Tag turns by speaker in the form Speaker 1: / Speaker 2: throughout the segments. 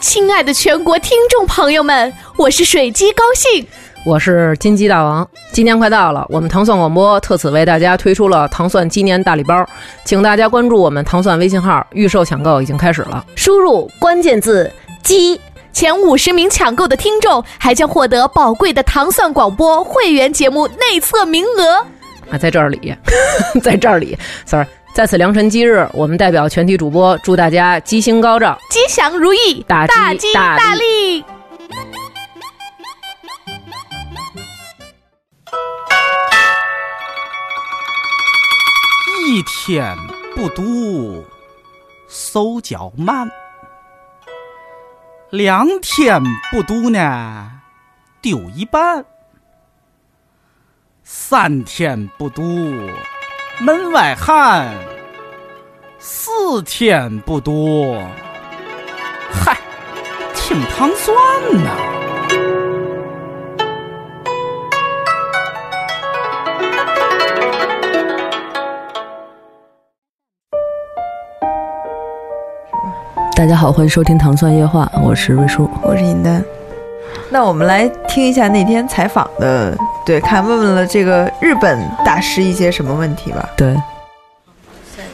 Speaker 1: 亲爱的全国听众朋友们，我是水鸡高兴。
Speaker 2: 我是金鸡大王。今年快到了，我们糖蒜广播特此为大家推出了糖蒜鸡年大礼包，请大家关注我们糖蒜微信号，预售抢购已经开始了。
Speaker 1: 输入关键字“鸡”，前五十名抢购的听众还将获得宝贵的糖蒜广播会员节目内测名额。
Speaker 2: 啊，在这里， 在这里，sorry，在此良辰吉日，我们代表全体主播祝大家鸡星高照。
Speaker 1: 吉祥如意，
Speaker 2: 大吉
Speaker 1: 大吉
Speaker 2: 大
Speaker 1: 大利！
Speaker 3: 一天不读，手脚慢；两天不读呢，丢一半；三天不读，门外汉；四天不读，嗨，挺糖蒜呐。
Speaker 4: 大家好，欢迎收听《糖蒜夜话》，我是瑞叔。
Speaker 5: 我是尹丹。那我们来听一下那天采访的，对，看问问了这个日本大师一些什么问题吧。
Speaker 4: 对，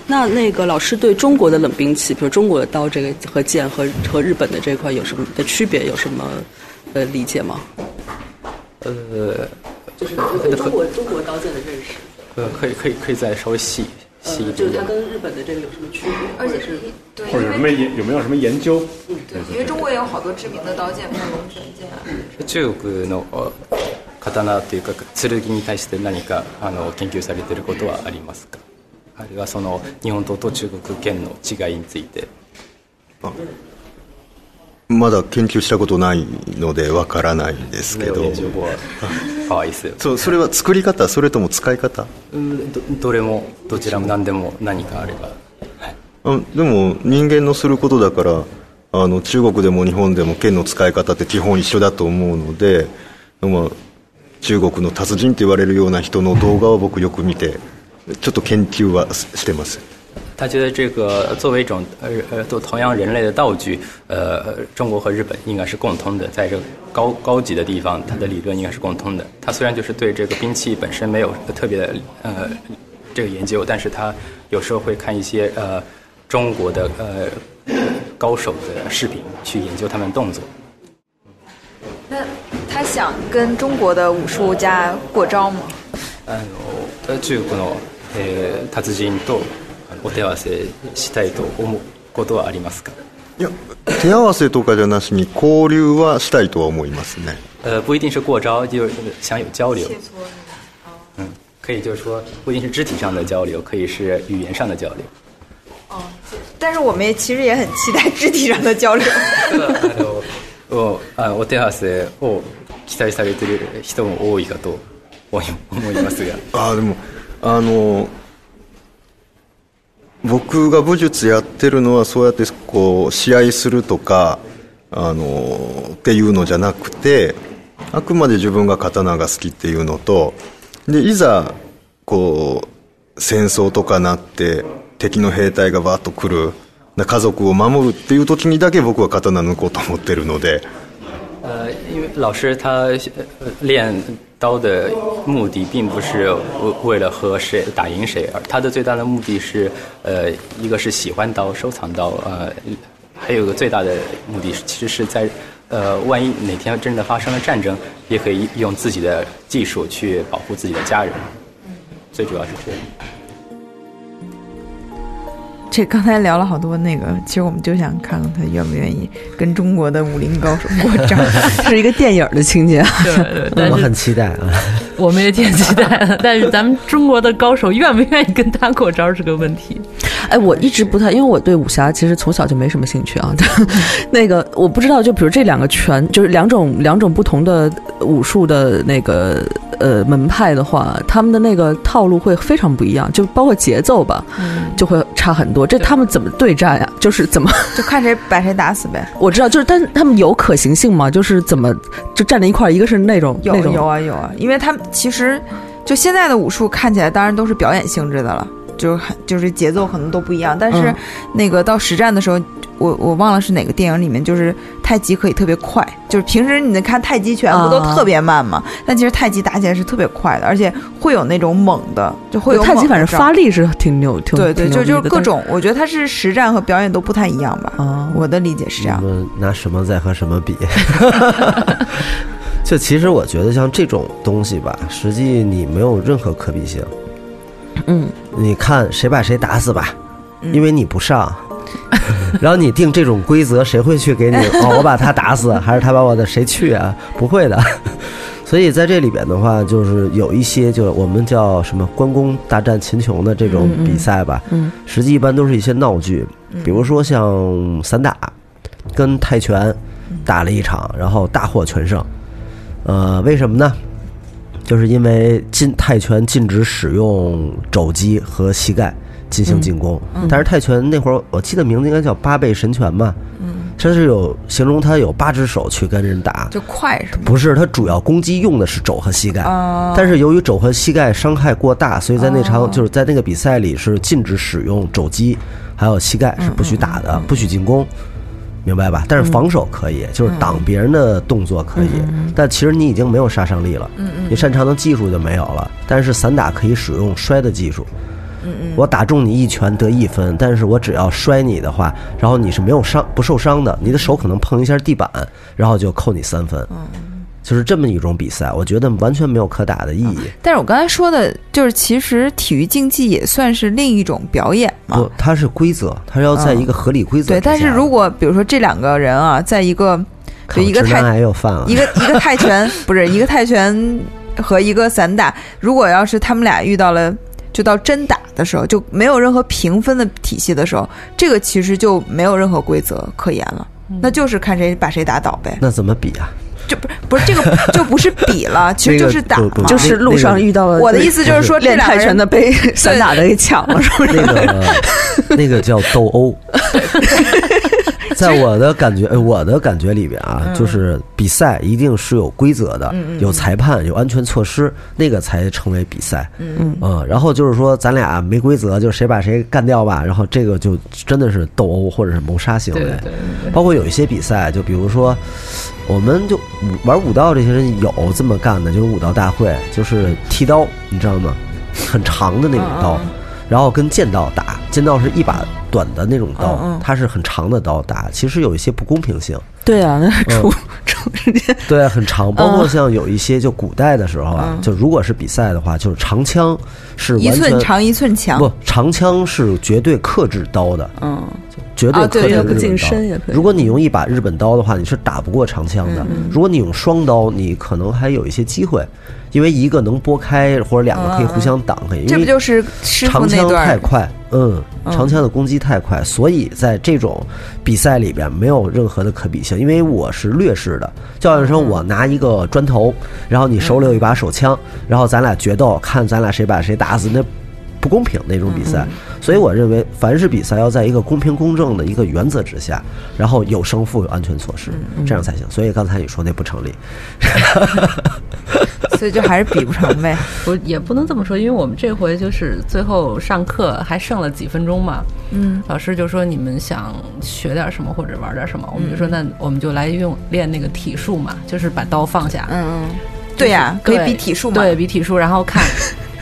Speaker 6: 那那个老师对中国的冷兵器，比如中国的刀这个和剑和和日本的这一块有什么的区别？有什么呃理解吗？
Speaker 7: 呃
Speaker 6: 就是对中国中国刀剑的认识，
Speaker 7: 呃，可以可以可以再稍微细细一
Speaker 6: 就
Speaker 7: 点
Speaker 6: 是
Speaker 7: 点，
Speaker 6: 它跟日本的这个有什么区别？而且是
Speaker 8: 对，
Speaker 9: 或者有
Speaker 8: 因
Speaker 9: 没
Speaker 8: 为
Speaker 9: 有研有没有什么研究？
Speaker 8: 因为中国也有好多知名的刀剑，比如龙泉剑啊。
Speaker 7: 中国のあ刀というか剣に対して何かあの研究されていることはありますか？あるいはその日本刀と中国剣の違いについて。
Speaker 10: まだ研究したことないのでわからないですけど
Speaker 7: ね情報は可愛いですよ。
Speaker 10: そうそれは作り方それとも使い方、
Speaker 7: うんどどれもどちらも何でも何かあれば。はい
Speaker 10: うん、でも人間のすることだからあの中国でも日本でも剣の使い方って基本一緒だと思うので、まあ、中国の達人って言われるような人の動画を僕よく見てちょっと研究はししてます
Speaker 7: 他觉得这个作为一种呃呃，都同样人类的道具，呃，中国和日本应该是共通的，在这个高高级的地方，它的理论应该是共通的。他虽然就是对这个兵器本身没有特别的呃这个研究，但是他有时候会看一些呃中国的呃高手的视频，去研究他们的动作。
Speaker 8: 那他想跟中国的武术家过招吗？
Speaker 7: あの中国の、えー達人とあのお手合わせしたいと思うことはありますか？
Speaker 10: いや手合わせとかじゃなしに交流はしたいとは思いますね
Speaker 7: 呃，不一定是过招，就是想有交流。嗯，可以就是说，不一定是肢体上的交流，可以是语言上的交流。
Speaker 5: 但是我们也其实也很期待肢体上的交流。
Speaker 7: お、あ、呃お手合わせを期待されている人も多いかと思い思いますが。
Speaker 10: ああでもあの僕が武術やってるのはそうやってこう試合するとかあのっていうのじゃなくてあくまで自分が刀が好きっていうのとでいざこう戦争とかなって敵の兵隊がバーッと来るな家族を守るっていう時にだけ僕は刀抜こうと思ってるので
Speaker 7: 呃，因为老师他呃练刀的目的并不是为为了和谁打赢谁，而他的最大的目的是，呃，一个是喜欢刀、收藏刀，呃，还呃有一个最大的目的是，其实是在，呃，万一哪天真的发生了战争，也可以用自己的技术去保护自己的家人，最主要是这样。
Speaker 5: 这刚才聊了好多那个，其实我们就想看看他愿不愿意跟中国的武林高手过招。
Speaker 4: 是一个电影的情节。啊
Speaker 2: 但
Speaker 11: 我
Speaker 2: 是
Speaker 11: 很期待啊！
Speaker 4: 我们也挺期待的， 但是咱们中国的高手愿不愿意跟他过招是个问题。哎，我一直不太，因为我对武侠其实从小就没什么兴趣啊。 那个我不知道，就比如这两个拳，就是两种两种不同的武术的那个呃门派的话，他们的那个套路会非常不一样，就包括节奏吧，就会差很多。这他们怎么对战呀、就是怎么？
Speaker 5: 就看谁把谁打死呗。
Speaker 4: 我知道，就是但是他们有可行性吗？就是怎么就站在一块儿，一个是那种
Speaker 5: 有
Speaker 4: 那种
Speaker 5: 有啊有啊，因为他们其实就现在的武术看起来当然都是表演性质的了，就是很就是节奏可能都不一样，但是
Speaker 4: 嗯
Speaker 5: 那个到实战的时候，我我忘了是哪个电影里面，就是太极可以特别快，就是平时你看太极拳不都
Speaker 4: 啊
Speaker 5: 特别慢嘛，但其实太极打起来是特别快的，而且会有那种猛的，就会有
Speaker 4: 太极，
Speaker 5: 猛的
Speaker 4: 反正
Speaker 5: 招
Speaker 4: 发力是挺牛，挺
Speaker 5: 对对，
Speaker 4: 挺
Speaker 5: 就
Speaker 4: 牛
Speaker 5: 就
Speaker 4: 逼的
Speaker 5: 各种，我觉得它是实战和表演都不太一样吧，
Speaker 4: 但是啊，
Speaker 5: 我的理解是这样
Speaker 6: 我。们拿什么在和什么比？ 就其实我觉得像这种东西吧，实际你没有任何可比性。
Speaker 4: 嗯，
Speaker 6: 你看谁把谁打死吧，因为你不上。 然后你定这种规则，谁会去给你？哦，我把他打死，还是他把我的谁去啊？不会的。 所以在这里边的话，就是有一些就是我们叫什么关公大战秦琼的这种比赛吧，
Speaker 4: 嗯嗯
Speaker 6: 实际一般都是一些闹剧，比如说像散打，跟泰拳打了一场，然后大获全胜。呃，为什么呢？就是因为禁泰拳禁止使用肘击和膝盖进行进攻，但是泰拳那会儿我记得名字应该叫八倍神拳吧，
Speaker 4: 嗯
Speaker 6: 它是有形容它有八只手去跟人打，
Speaker 5: 就快是吗？
Speaker 6: 不是，它主要攻击用的是肘和膝盖，
Speaker 5: 哦
Speaker 6: 但是由于肘和膝盖伤害过大，所以在那场、就是在那个比赛里是禁止使用肘击，还有膝盖是不许打的，不许进攻。明白吧？但是防守可以，就是
Speaker 5: 嗯
Speaker 6: 挡别人的动作可以，但其实你已经没有杀伤力了，
Speaker 5: 嗯
Speaker 6: 你擅长的技术就没有了。但是散打可以使用摔的技术，
Speaker 5: 嗯
Speaker 6: 我打中你一拳得一分，但是我只要摔你的话，然后你是没有伤不受伤的，你的手可能碰一下地板，
Speaker 5: 嗯
Speaker 6: 然后就扣你三分。就是这么一种比赛，我觉得完全没有可打的意义。
Speaker 5: 但是我刚才说的就是，其实体育竞技也算是另一种表演嘛。
Speaker 6: 不，它是规则，它是要在一个合理规则之下、
Speaker 5: 嗯对，但是如果比如说这两个人啊，在一个
Speaker 6: 靠
Speaker 5: 就一个
Speaker 6: 直男
Speaker 5: 泰
Speaker 6: 癌又犯了
Speaker 5: 一， 个一个泰拳不是一个泰拳和一个散打，如果要是他们俩遇到了。就到真打的时候，就没有任何评分的体系的时候，这个其实就没有任何规则可言了，那就是看谁把谁打倒呗。
Speaker 6: 那怎么比啊？
Speaker 5: 这不是不是这个就不是比了，其实就是打
Speaker 6: 那个不
Speaker 5: 嘛
Speaker 6: 不。
Speaker 4: 就是路上遇到了
Speaker 5: 我的意思就是说，这
Speaker 4: 练
Speaker 5: 两
Speaker 4: 泰
Speaker 5: 个人
Speaker 4: 拳的被 散打的给抢了，是不 是？
Speaker 6: 那个那个叫斗殴。在我的感觉，呃我的感觉里边啊，
Speaker 7: 嗯
Speaker 6: 就是比赛一定是有规则的，有裁判，有安全措施，那个才成为比赛。嗯然后就是说，咱俩没规则，就是谁把谁干掉吧，然后这个就真的是斗殴或者是谋杀行为。
Speaker 7: 对对对
Speaker 6: 包括有一些比赛，就比如说，我们就武玩武道这些人有这么干的，就是武道大会，就是剃刀，你知道吗？很长的那种刀，
Speaker 5: 嗯
Speaker 6: 然后跟剑道打，剑道是一把短的那种刀，
Speaker 5: 嗯
Speaker 6: 它是很长的刀打，其实有一些不公平性。
Speaker 4: 对啊，那
Speaker 6: 嗯
Speaker 4: 出出人家
Speaker 6: 对，很长，包
Speaker 5: 嗯
Speaker 6: 括像有一些就古代的时候啊，就如果是比赛的话，就是长枪是
Speaker 5: 一
Speaker 6: 完全
Speaker 5: 寸长一寸强。
Speaker 6: 不，长枪是绝对克制刀的，
Speaker 4: 嗯，
Speaker 6: 绝对
Speaker 5: 啊
Speaker 6: 克
Speaker 5: 对
Speaker 6: 制
Speaker 5: 要
Speaker 6: 日
Speaker 5: 不
Speaker 6: 本
Speaker 4: 近
Speaker 6: 刀。
Speaker 4: 身也可以
Speaker 6: 如果你用一把日本刀的话，你是打不过长枪
Speaker 5: 嗯
Speaker 6: 的。如果你用双刀，你可能还有一些机会，因为一个能拨开，或者两个可以互相挡开。因为
Speaker 5: 嗯这不就是师傅
Speaker 6: 长
Speaker 5: 那
Speaker 6: 枪
Speaker 5: 段
Speaker 6: 太
Speaker 5: 儿？
Speaker 6: 快，嗯，长枪的攻击太快，所以在这
Speaker 5: 嗯
Speaker 6: 种比赛里边没有任何的可比性，因为我是劣势的。教练说，
Speaker 5: 嗯
Speaker 6: 我拿一个砖头，然后你手里有一把手枪，然后咱俩决斗，看咱俩谁把谁打死，那不公平那种比赛。
Speaker 4: 嗯
Speaker 6: 所以我认为，凡是比赛要在一个公平公正的一个原则之下，然后有胜负、有安全
Speaker 4: 嗯
Speaker 6: 措施，这样才行。所以刚才你说那不成立，
Speaker 5: 所以就还是比不成 呗。
Speaker 9: 我也不能这么说，因为我们这回就是最后上课还剩了几分钟嘛，嗯，老师就说你们想学点什么或者玩点什么，我们就说那我们就来用练那个体术嘛，就是把刀放下，
Speaker 5: 嗯，对呀、可
Speaker 9: 对
Speaker 5: 以比体术嘛。
Speaker 9: 对比体术，然后 看。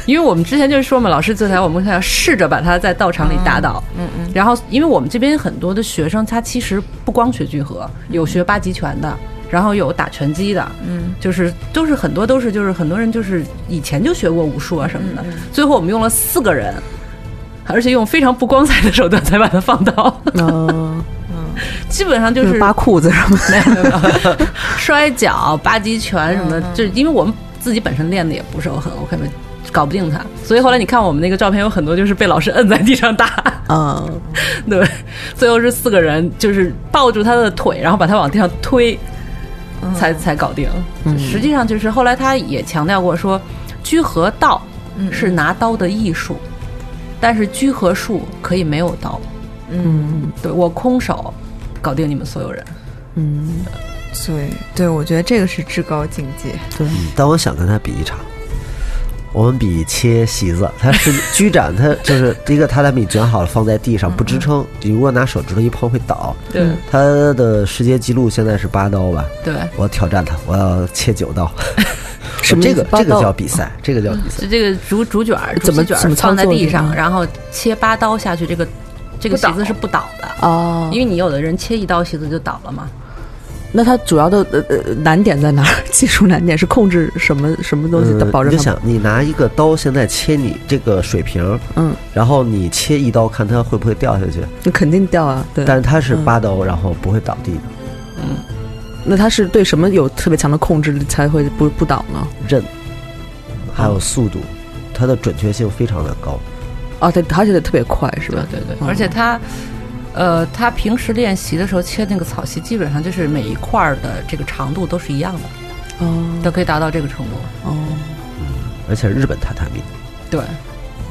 Speaker 9: 因为我们之前就是说嘛，老师教材我们想试着把他在道场里打倒，嗯嗯。然后，因为我们这边很多的学生，他其实不光学聚合，有学八极拳的，然后有打拳击的，嗯，就是都是很多都是就是很多人就是以前就学过武术啊什么的。最后我们用了四个人，而且用非常不光彩的手段才把他放倒，
Speaker 4: 嗯，
Speaker 9: 基本上就
Speaker 4: 就是
Speaker 9: 是
Speaker 4: 扒裤子 什么
Speaker 9: 没有没有没有，摔跤、八极拳什么的，就是因为我们自己本身练的也不是很 OK 嘛，搞不定他，所以后来你看我们那个照片有很多就是被老师摁在地上打，
Speaker 4: 的啊，
Speaker 5: 嗯
Speaker 9: 对，最后是四个人就是抱住他的腿，然后把他往地上推，才才搞定。实际上就是后来他也强调过说，居合道是拿刀的艺术，但是居合术可以没有刀，嗯，对我空手搞定你们所有人。
Speaker 5: 对对，我觉得这个是至高境界。
Speaker 6: 但我想跟他比一场。
Speaker 9: 我们比切席子，它是居展，它就是一个榻榻米卷好了放在地上不支
Speaker 4: 嗯
Speaker 9: 撑，你如果拿手指头一碰会倒。
Speaker 6: 对
Speaker 9: 它的世界纪录现在是八刀吧？
Speaker 6: 对
Speaker 9: 我挑战它，我要切九 刀。
Speaker 6: 什么意
Speaker 9: 这
Speaker 6: 思
Speaker 9: 个
Speaker 6: 八
Speaker 9: 这个
Speaker 6: 刀
Speaker 9: 叫比赛，这个叫比赛。
Speaker 6: 就这个竹竹卷儿，
Speaker 9: 怎么
Speaker 6: 竹
Speaker 9: 怎
Speaker 6: 席卷
Speaker 9: 么
Speaker 6: 儿
Speaker 9: 操
Speaker 6: 放在
Speaker 9: 作
Speaker 6: 地
Speaker 9: 这
Speaker 6: 上，
Speaker 9: 个
Speaker 6: 然后切八刀下去，这个这个席子是不倒的
Speaker 9: 啊
Speaker 4: 哦
Speaker 6: 因为你有的人切一刀席子就倒了嘛。
Speaker 4: 那它主要的呃呃难点在哪儿？ 技术难点是控制什么什么东西的
Speaker 9: 嗯
Speaker 4: 保证
Speaker 9: 你就
Speaker 4: 它
Speaker 9: 想，你拿一个刀现在切你这个水平，
Speaker 4: 嗯，
Speaker 9: 然后你切一刀，看它会不会掉下去。
Speaker 4: 那肯定掉啊。对，
Speaker 9: 但是它是
Speaker 4: 嗯
Speaker 9: 八刀，然后不会倒地的。
Speaker 4: 那它是对什么有特别强的控制力才会不不倒呢？嗯
Speaker 9: 刃，还有速度，它的准确性非常的高。
Speaker 4: 啊，对，而且得特别快，是吧？
Speaker 6: 对对而且他，呃，他平时练习的时候切那个草席，基本上就是每一块儿的这个长度都是一样的，
Speaker 4: 哦，
Speaker 6: 都可以达到这个程度。
Speaker 4: 哦，
Speaker 9: 而且日本榻榻米
Speaker 6: 对，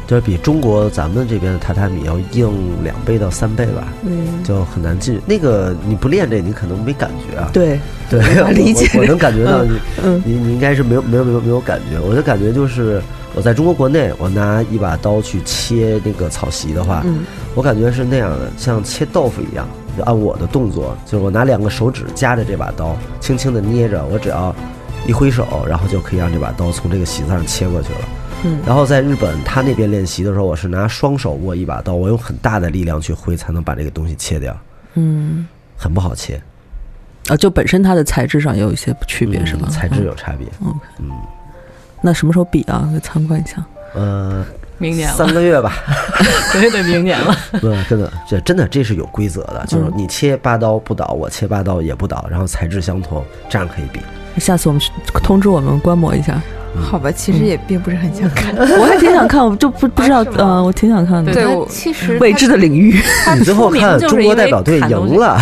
Speaker 9: 就是比中国咱们这边的榻榻米要硬两倍到三倍吧，
Speaker 4: 嗯
Speaker 9: 就很难进。那个你不练这，你可能没感觉啊。
Speaker 4: 对
Speaker 9: 对
Speaker 4: 没，法
Speaker 9: 我
Speaker 4: 理解
Speaker 9: 我我能感觉到你，
Speaker 4: 嗯
Speaker 9: 你你应该是没有没有没有没有感觉。我的感觉就是，我在中国国内，我拿一把刀去切那个草席的话，
Speaker 4: 嗯
Speaker 9: 我感觉是那样的，像切豆腐一样。就按我的动作，就是我拿两个手指夹着这把刀，轻轻的捏着，我只要一挥手，然后就可以让这把刀从这个席子上切过去了。
Speaker 4: 嗯
Speaker 9: 然后在日本，他那边练习的时候，我是拿双手握一把刀，我用很大的力量去挥，才能把这个东西切掉，
Speaker 4: 嗯，
Speaker 9: 很不好切，
Speaker 4: 啊，就本身它的材质上也有一些区别，是吧？
Speaker 9: 嗯材质有差别。
Speaker 4: OK
Speaker 9: 嗯，
Speaker 4: 那什么时候比啊？给参观一下。
Speaker 9: 呃，
Speaker 6: 明年了
Speaker 9: 三个月吧，
Speaker 6: 对对，明年了。
Speaker 9: 不，真的，这真的这是有规则的，
Speaker 4: 嗯
Speaker 9: 就是你切八刀不倒，我切八刀也不倒，然后材质相同，这样可以比。
Speaker 4: 下次我们去通知我们观摩一下。
Speaker 5: 好吧，其
Speaker 6: 嗯
Speaker 5: 实也并不是很想看。
Speaker 4: 我还挺想看，我就不不 知道，呃，我挺想看的。
Speaker 5: 对我
Speaker 6: 其实
Speaker 4: 未
Speaker 6: 他
Speaker 4: 知的领域。
Speaker 9: 你最后看中国代表队赢 了，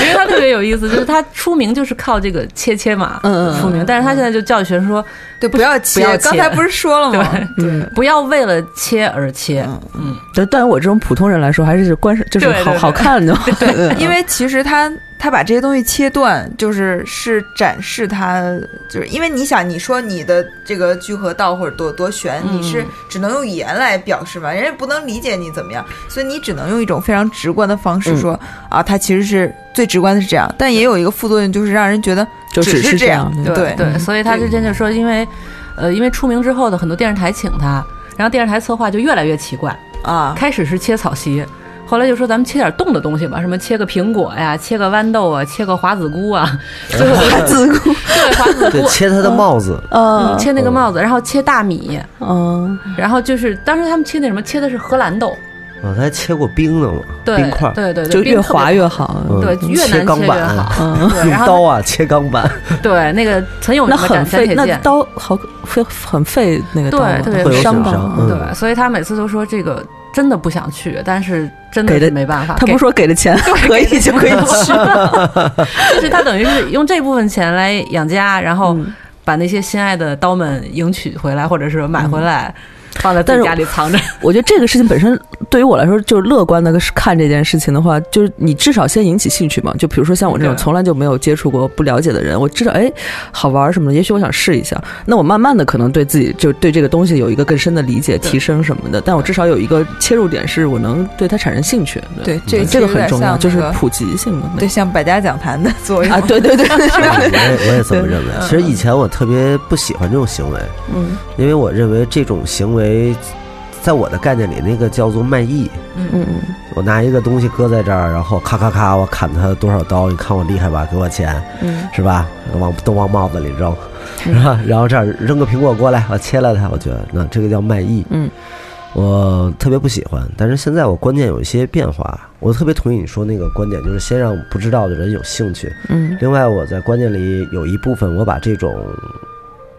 Speaker 6: 因为他特别有意思，就是他出名就是靠这个切切嘛，
Speaker 4: 嗯嗯
Speaker 6: 出名。但是他现在就教育学生说，
Speaker 5: 对，不要切，
Speaker 6: 不要切
Speaker 5: 刚才不是说了吗？
Speaker 4: 嗯，
Speaker 6: 不要为了切而切，嗯，
Speaker 4: 但但我这种普通人来说，还是观赏，就是
Speaker 6: 对对
Speaker 4: 好
Speaker 6: 对
Speaker 4: 好看的。 嗯对
Speaker 5: 因为其实他他把这些东西切断，就是是展示他，就是因为你想，你说你的这个聚合道或者多多悬，
Speaker 6: 嗯
Speaker 5: 你是只能用语言来表示嘛，人家不能理解你怎么样，所以你只能用一种非常直观的方
Speaker 4: 嗯
Speaker 5: 式说、啊，它其实是最直观的是这样，但也有一个副作用，就是让人觉得
Speaker 4: 就只
Speaker 5: 只
Speaker 4: 是
Speaker 5: 这样
Speaker 4: 这样，
Speaker 5: 对
Speaker 6: 对，
Speaker 9: 嗯
Speaker 6: 所以他之前就说，因为，呃，因为出名之后的很多电视台请他，然后电视台策划就越来越奇怪，
Speaker 5: 啊，
Speaker 6: 开始是切草席。后来就说咱们切点动的东西吧，什么切个苹果呀，切个豌豆啊，切个华子菇啊，
Speaker 9: 嗯
Speaker 6: 最后华子菇，对华子
Speaker 9: 对，
Speaker 6: 菇，
Speaker 9: 切他的帽子，
Speaker 6: 嗯
Speaker 4: 呃，
Speaker 6: 切那个帽子，然后切大米，
Speaker 4: 嗯，
Speaker 6: 然后就是当时他们切那什么，切的是荷兰豆，
Speaker 9: 我哦还切过冰呢嘛，
Speaker 6: 对
Speaker 9: 冰块儿，
Speaker 6: 对对对，
Speaker 4: 就
Speaker 6: 冰
Speaker 4: 越
Speaker 6: 特别
Speaker 4: 滑越好。
Speaker 9: 嗯
Speaker 6: 对越
Speaker 9: 切
Speaker 6: 难
Speaker 9: 钢
Speaker 6: 切越
Speaker 9: 板
Speaker 6: 好，
Speaker 4: 嗯，
Speaker 6: 对，
Speaker 9: 用
Speaker 6: 然后
Speaker 9: 刀啊切钢板，
Speaker 6: 对那个很有
Speaker 4: 那
Speaker 6: 名的
Speaker 4: 很
Speaker 6: 斩
Speaker 4: 费，
Speaker 6: 铁
Speaker 4: 那
Speaker 6: 剑，
Speaker 4: 刀好费，很费那个刀啊，
Speaker 6: 对特别
Speaker 9: 会有
Speaker 4: 伤
Speaker 9: 损
Speaker 4: 吧
Speaker 9: 伤。嗯，
Speaker 4: 嗯
Speaker 6: 对，所以他每次都说这个真的不想去，但是真
Speaker 4: 给
Speaker 6: 的
Speaker 4: 的
Speaker 6: 是没办法，
Speaker 4: 他不
Speaker 6: 给
Speaker 4: 是说给了钱 可以就可以去，
Speaker 6: 就是他等于是用这部分钱来养家，然后
Speaker 4: 嗯
Speaker 6: 把那些心爱的刀们迎娶回来，或者是买回来，放在自
Speaker 4: 嗯但是
Speaker 6: 己家里藏着。
Speaker 4: 我觉得这个事情本身对于我来说，就是乐观的看这件事情的话，就是你至少先引起兴趣嘛。就比如说像我这种
Speaker 6: 对
Speaker 4: 从来就没有接触过、不了解的人，我知道哎好玩儿什么的，也许我想试一下。那我慢慢的可能对自己就对这个东西有一个更深的理解、提升什么的。但我至少有一个切入点，是我能对它产生兴趣。
Speaker 5: 对这个
Speaker 4: 这个嗯这
Speaker 5: 其实有
Speaker 4: 很
Speaker 5: 点
Speaker 4: 重要，
Speaker 5: 像
Speaker 4: 就是
Speaker 5: 那个
Speaker 4: 普及性的
Speaker 5: 对，像百家讲坛的作用
Speaker 4: 啊，对对对，
Speaker 9: 我也我也这么认为。其实以前我特别不喜欢这种行为，
Speaker 4: 嗯
Speaker 9: 因为我认为这种行为，在我的概念里，那个叫做卖艺。
Speaker 4: 嗯
Speaker 9: 我拿一个东西搁在这儿，然后咔咔咔，我砍它多少刀？你看我厉害吧？给我钱，
Speaker 4: 嗯
Speaker 9: 是吧？往都往帽子里扔， 是吧？然后这儿扔个苹果过来，我切了它。我觉得那这个叫卖艺，
Speaker 4: 嗯，
Speaker 9: 我特别不喜欢。但是现在我观念有一些变化，我特别同意你说那个观点，就是先让不知道的人有兴趣。
Speaker 4: 嗯
Speaker 9: 另外，我在观念里有一部分，我把这种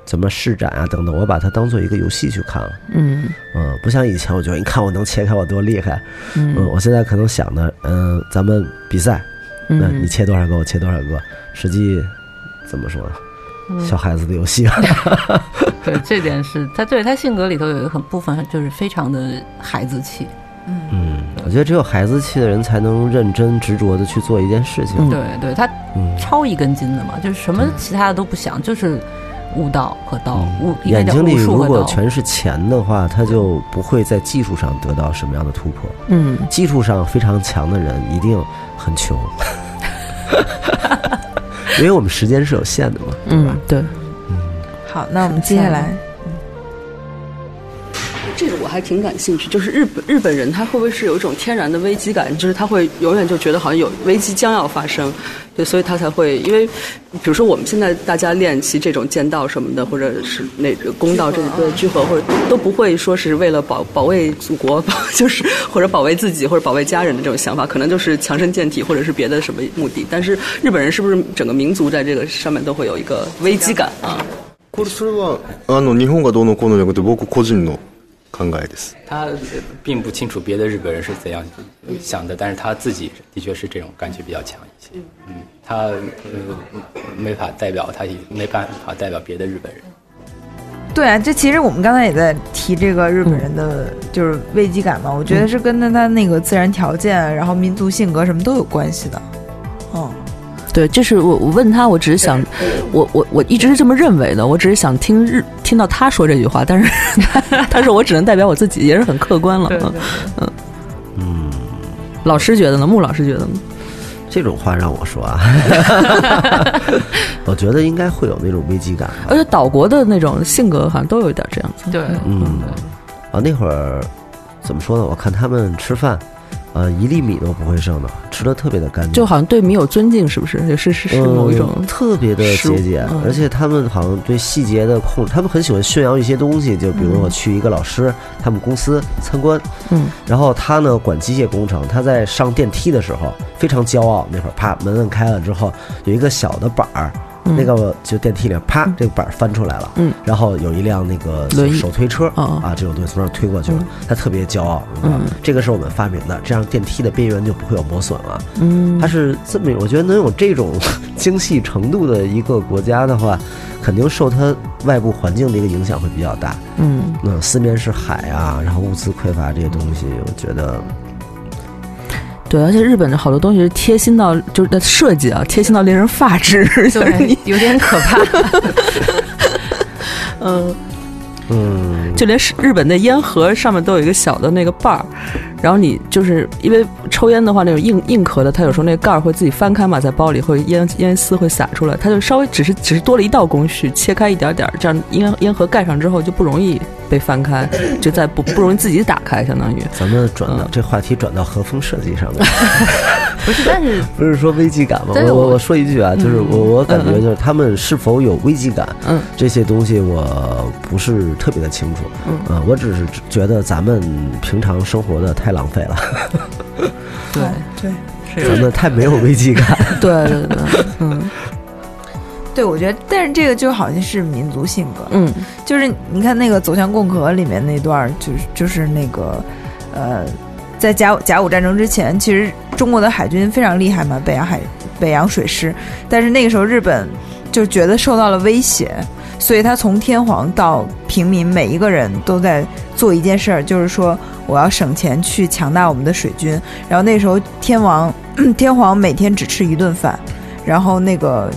Speaker 9: 怎么施展啊等等，我把它当做一个游戏去看了。
Speaker 4: 嗯
Speaker 9: 嗯，不像以前，我觉得你看我能切开我多厉害。嗯，
Speaker 4: 嗯
Speaker 9: 我现在可能想的，嗯、咱们比赛，那你
Speaker 4: 嗯，
Speaker 9: 切多少个，我切多少个，实际怎么说呢？小孩子的游
Speaker 4: 啊
Speaker 9: 戏，
Speaker 6: 嗯 对，这点是他对他性格里头有一个很部分就是非常的孩子气。
Speaker 9: 嗯，我觉得只有孩子气的人才能认真执着的去做一件事情。
Speaker 4: 嗯
Speaker 6: 对对，他
Speaker 9: 嗯，
Speaker 6: 超一根筋的嘛，就是什么其他的都不想，就是悟道和道，
Speaker 4: 嗯
Speaker 6: 悟应该
Speaker 9: 眼
Speaker 6: 叫
Speaker 9: 睛里
Speaker 6: 悟
Speaker 9: 如
Speaker 6: 术和
Speaker 9: 果
Speaker 6: 道。
Speaker 9: 全是钱的话，他就不会在技术上得到什么样的突破。
Speaker 6: 嗯
Speaker 9: 技术上非常强的人一定很穷， 因为我们时间是有限的嘛。
Speaker 4: 嗯，对。
Speaker 5: 好，那我们接下来，
Speaker 11: 这个我还挺感兴趣，就是日本日本人他会不会是有一种天然的危机感，就是他会永远就觉得好像有危机将要发生，对，所以他才会因为，比如说我们现在大家练习这种剑道什么的，或者是那个弓道这个聚合，或者都不会说是为了保保卫祖国， 保就是或者保卫自己或者保卫家人的这种想法，可能就是强身健体或者是别的什么目的。但是日本人是不是整个民族在这个上面都会有一个危机感啊？
Speaker 10: これそれはあの日本がどうのこうのじゃなくて僕個人の考えです。
Speaker 7: 他呃并不清楚别的日本人是怎样想的，但是他自己的确是这种感觉比较强一些。嗯，他呃没法代表他，没办法代表别的日本人。
Speaker 5: 对啊，这其实我们刚才也在提这个日本人的就是危机感嘛，我觉得是跟着他那个自然条件，啊然后民族性格什么都有关系的。嗯，
Speaker 4: 对，这是我我问他，我只是想，我我我一直是这么认为的，我只是想听日听到他说这句话，但是他说我只能代表我自己，也是很客观了。嗯嗯，老师觉得呢？穆老师觉得呢？
Speaker 9: 这种话让我说 啊，我觉得应该会有那种危机感吧。
Speaker 4: 而且岛国的那种性格好像都有一点这样子。
Speaker 6: 对，
Speaker 9: 嗯，啊，那会儿怎么说呢？我看他们吃饭，啊，一粒米都不会剩的，吃的特别的干净，
Speaker 4: 就好像对米有尊敬，是不是？也是是是某一种
Speaker 9: 嗯特别的
Speaker 4: 食物
Speaker 9: 节俭
Speaker 4: 嗯，
Speaker 9: 而且他们好像对细节的控制，他们很喜欢炫耀一些东西，就比如
Speaker 4: 嗯
Speaker 9: 我去一个老师他们公司参观，
Speaker 4: 嗯，
Speaker 9: 然后他呢管机械工程，他在上电梯的时候非常骄傲，那会儿啪门摁开了之后有一个小的板儿。
Speaker 4: 嗯
Speaker 9: 那个就电梯里啪，这个板儿翻出来了，
Speaker 4: 嗯，
Speaker 9: 然后有一辆那个
Speaker 4: 轮椅
Speaker 9: 手推车
Speaker 4: 哦
Speaker 9: 啊，这种东西从那儿推过去了，他特别骄傲，你知道吗
Speaker 4: 嗯
Speaker 9: 这个是我们发明的，这样电梯的边缘就不会有磨损了，
Speaker 4: 嗯，
Speaker 9: 它是这么，我觉得能有这种精细程度的一个国家的话，肯定受它外部环境的一个影响会比较大。
Speaker 4: 嗯，
Speaker 9: 那四面是海啊，然后物资匮乏这些东西，我觉得
Speaker 4: 对，而且日本的好多东西是贴心到，就是在设计啊，贴心到令人发指，就是你
Speaker 6: 有点可怕。
Speaker 4: 嗯，
Speaker 9: 嗯，
Speaker 4: 就连是日本的烟盒上面都有一个小的那个把儿，然后你就是因为抽烟的话，那种硬硬壳的，它有时候那个盖儿会自己翻开嘛，在包里会烟烟丝会洒出来，它就稍微只是只是多了一道工序，切开一点点儿，这样烟烟盒盖上之后就不容易被翻开，就再不不容易自己打开，相当于。
Speaker 9: 咱们转到、这话题转到和风设计上面，
Speaker 6: 不是，但是
Speaker 9: 不是说危机感吗？
Speaker 6: 对
Speaker 9: 我
Speaker 6: 我
Speaker 9: 我说一句啊，就是我我感觉就是他们是否有危机感，
Speaker 4: 嗯，
Speaker 9: 这些东西我不是特别的清楚，
Speaker 4: 嗯
Speaker 9: 呃，我只是觉得咱们平常生活的太浪费了，
Speaker 4: 对
Speaker 5: 对
Speaker 9: 咱们太没有危机感，
Speaker 4: 对对 对，嗯
Speaker 5: 对，我觉得，但是这个就好像是民族性格，
Speaker 4: 嗯，
Speaker 5: 就是你看那个《走向共和》里面那段儿，就是就是那个，呃，在甲午甲午战争之前，其实中国的海军非常厉害嘛，北洋海北洋水师，但是那个时候日本就觉得受到了威胁，所以他从天皇到平民每一个人都在做一件事儿，就是说我要省钱去强大我们的水军。然后那时候天王 天皇每天只吃一顿饭，然后那个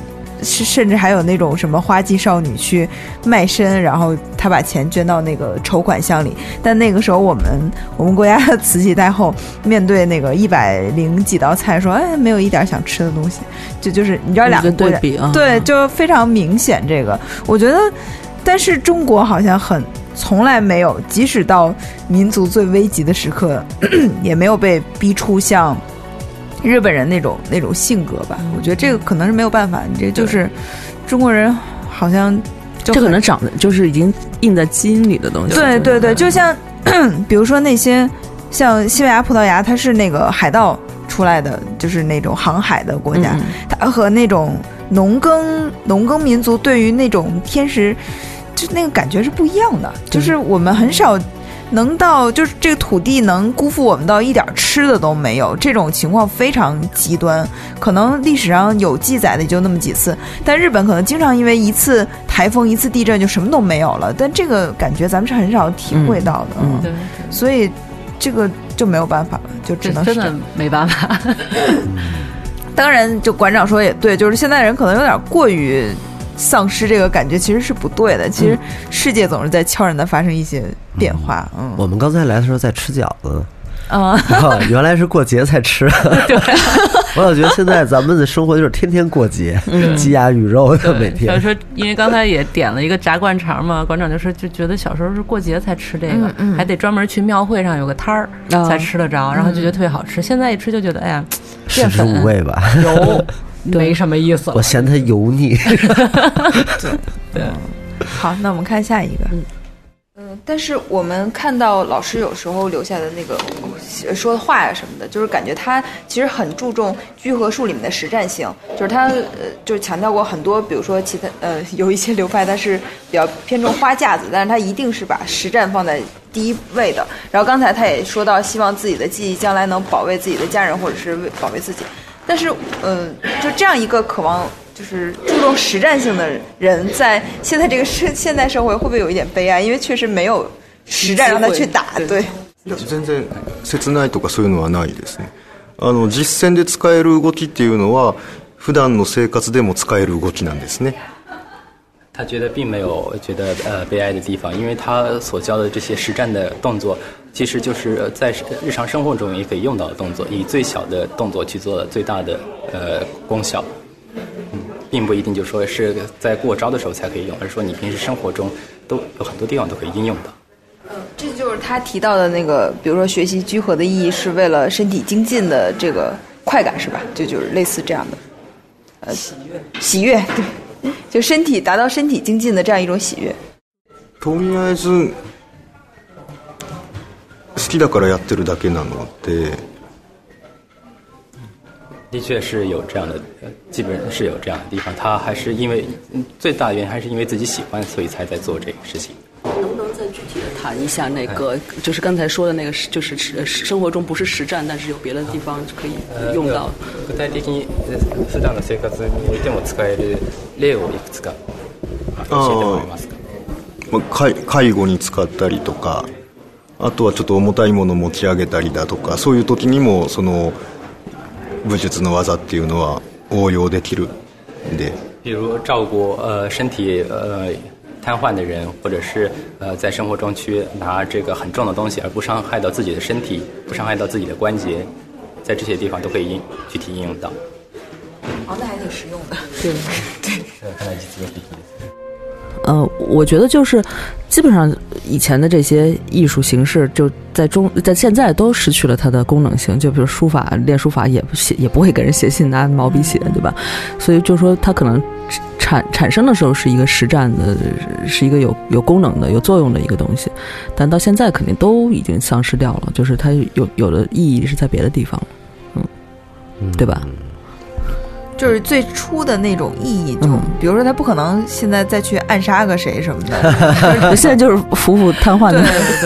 Speaker 5: 是甚至还有那种什么花季少女去卖身，然后她把钱捐到那个筹款箱里。但那个时候我们 我们国家的慈禧太后面对那个一百零几道菜说，哎，没有一点想吃的东西，就就是你知道两个
Speaker 4: 有一个
Speaker 5: 国家
Speaker 4: 对比啊
Speaker 5: 对，就非常明显这个，我觉得，但是中国好像很。从来没有，即使到民族最危急的时刻， 也没有被逼出像日本人那种那种性格吧。我觉得这个可能是没有办法，你这就是中国人好像就
Speaker 4: 这可
Speaker 5: 很
Speaker 4: 能长得就是已经印在基因里的东西。
Speaker 5: 对对
Speaker 4: 嗯
Speaker 5: 对，就嗯像 比如说那些像西班牙、葡萄牙，它是那个海盗出来的，就是那种航海的国家，
Speaker 4: 嗯
Speaker 5: 它和那种农耕农耕民族对于那种天时，就那个感觉是不一样的。就是我们很少能到，就是这个土地能辜负我们到一点儿吃的都没有，这种情况非常极端。可能历史上有记载的也就那么几次，但日本可能经常因为一次台风、一次地震就什么都没有了。但这个感觉咱们是很少体会到的，
Speaker 4: 嗯
Speaker 6: 对，
Speaker 5: 所以这个就没有办法了，就只
Speaker 6: 这
Speaker 5: 能是
Speaker 6: 真
Speaker 5: 这样
Speaker 6: 的没办法。
Speaker 5: 当然，就馆长说也对，就是现在人可能有点过于丧失这个感觉，其实是不对的。其实世界总是在悄然的发生一些变化，嗯
Speaker 9: 我们刚才来的时候在吃饺子，
Speaker 5: 啊，
Speaker 9: 然后原来是过节才吃。 我老觉得现在咱们的生活就是天天过节，
Speaker 6: 嗯
Speaker 9: 鸡鸭鱼肉的 每
Speaker 6: 小
Speaker 9: 天。
Speaker 6: 时候，因为刚才也点了一个炸灌肠嘛，馆长就说就觉得小时候是过节才吃这个，
Speaker 5: 嗯嗯
Speaker 6: 还得专门去庙会上有个摊儿
Speaker 5: 啊
Speaker 6: 才吃得着，然后就觉得特别好吃。现在一吃就觉得哎呀，
Speaker 9: 食
Speaker 6: 淀
Speaker 9: 之无
Speaker 6: 粉
Speaker 9: 味吧，
Speaker 6: 油没什么意思了
Speaker 9: 我。嫌它油腻。
Speaker 5: 好，那我们看下一个。
Speaker 8: 嗯，但是我们看到老师有时候留下的那个呃说的话呀什么的，就是感觉他其实很注重聚合术里面的实战性，就是他呃就是强调过很多，比如说其他呃有一些流派它是比较偏重花架子，但是他一定是把实战放在第一位的。然后刚才他也说到，希望自己的记忆将来能保卫自己的家人或者是为保卫自己，但是嗯、就这样一个渴望。就是注重实战性的人，在现在这个社现代社会，会不会有一点悲哀？因为确实没有实战让他去打，对。
Speaker 10: いや全然切ないとかそういうのはないですねあの実践で使える動きっていうのは普段の生活でも使える動きなんですね
Speaker 7: 他觉得并没有觉得呃悲哀的地方，因为他所教的这些实战的动作，其实就是呃在日常生活中也可以用到的动作，以最小的动作去做最大的呃功效。嗯，并不一定就说是在过招的时候才可以用，而是说你平时生活中都有很多地方都可以应用到。
Speaker 8: 这就是他提到的那个，比如说学习居合的意义是为了身体精进的这个快感，是吧？就就是类似这样的，呃，喜悦，喜悦，对，就身体达到身体精进的这样一种喜悦。
Speaker 10: とりあえず好きだからやってるだけなので
Speaker 7: 的确是有这样的，呃基本是有这样的地方。他还是因为嗯最大原因还是因为自己喜欢，所以才在做这个事情。
Speaker 11: 能不能再具体的 谈一下那个，就是刚才说的那个，就是实生活中不是实战，但是有别的地方可以呃用到。
Speaker 7: 具体的にえー普段の生活においても使える例をいくつかあ教えてもらえますか。
Speaker 10: まあ介介護に使ったりとかあとはちょっと重たいもの持ち上げたりだとかそういう時にもその武術の技っていうのは応用できるんで
Speaker 7: 比如照顾呃身体呃瘫痪的人，或者是呃在生活中去拿这个很重的东西，而不伤害到自己的身体，不伤害到自己的关节，在这些地方都可以应具体应用到。
Speaker 8: 哦，那还挺实用的。
Speaker 11: 对。
Speaker 7: 看来几个比
Speaker 4: 呃，我觉得就是基本上以前的这些艺术形式，就在中在现在都失去了它的功能性。就比如书法，练书法也不写，也不会给人写信，拿毛笔写，对吧？所以就说它可能产产生的时候是一个实战的，是一个有有功能的、有作用的一个东西，但到现在肯定都已经丧失掉了，就是它有有的意义是在别的地方了，嗯，对吧？
Speaker 5: 就是最初的那种意义，就
Speaker 4: 嗯
Speaker 5: 比如说他不可能现在再去暗杀个谁什么的，
Speaker 4: 现在就是服务瘫痪的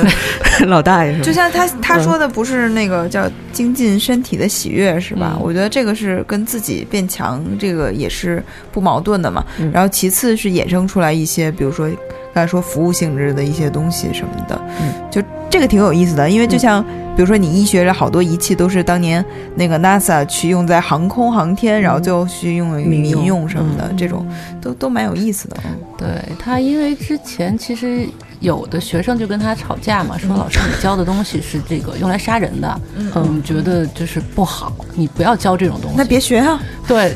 Speaker 4: 老大爷是吧？
Speaker 5: 就像他他
Speaker 4: 嗯
Speaker 5: 说的，不是那个叫精进身体的喜悦是
Speaker 6: 嗯
Speaker 5: 吧？我觉得这个是跟自己变强，这个也是不矛盾的嘛。
Speaker 6: 嗯
Speaker 5: 然后其次是衍生出来一些，比如说刚才说服务性质的一些东西什么的，
Speaker 6: 嗯
Speaker 5: 就这个挺有意思的。因为就像比如说你医学的好多仪器都是当年那个 NASA 去用在航空航
Speaker 6: 嗯
Speaker 5: 天，然后最后去用于
Speaker 6: 民用
Speaker 5: 民用什么
Speaker 6: 嗯
Speaker 5: 的，这种都都蛮有意思的。
Speaker 6: 对他，因为之前其实有的学生就跟他吵架嘛，说老师你教的东西是这个用来杀人的，
Speaker 5: 嗯
Speaker 6: 我们觉得就是不好，你不要教这种东西。
Speaker 5: 那别学啊！
Speaker 6: 对，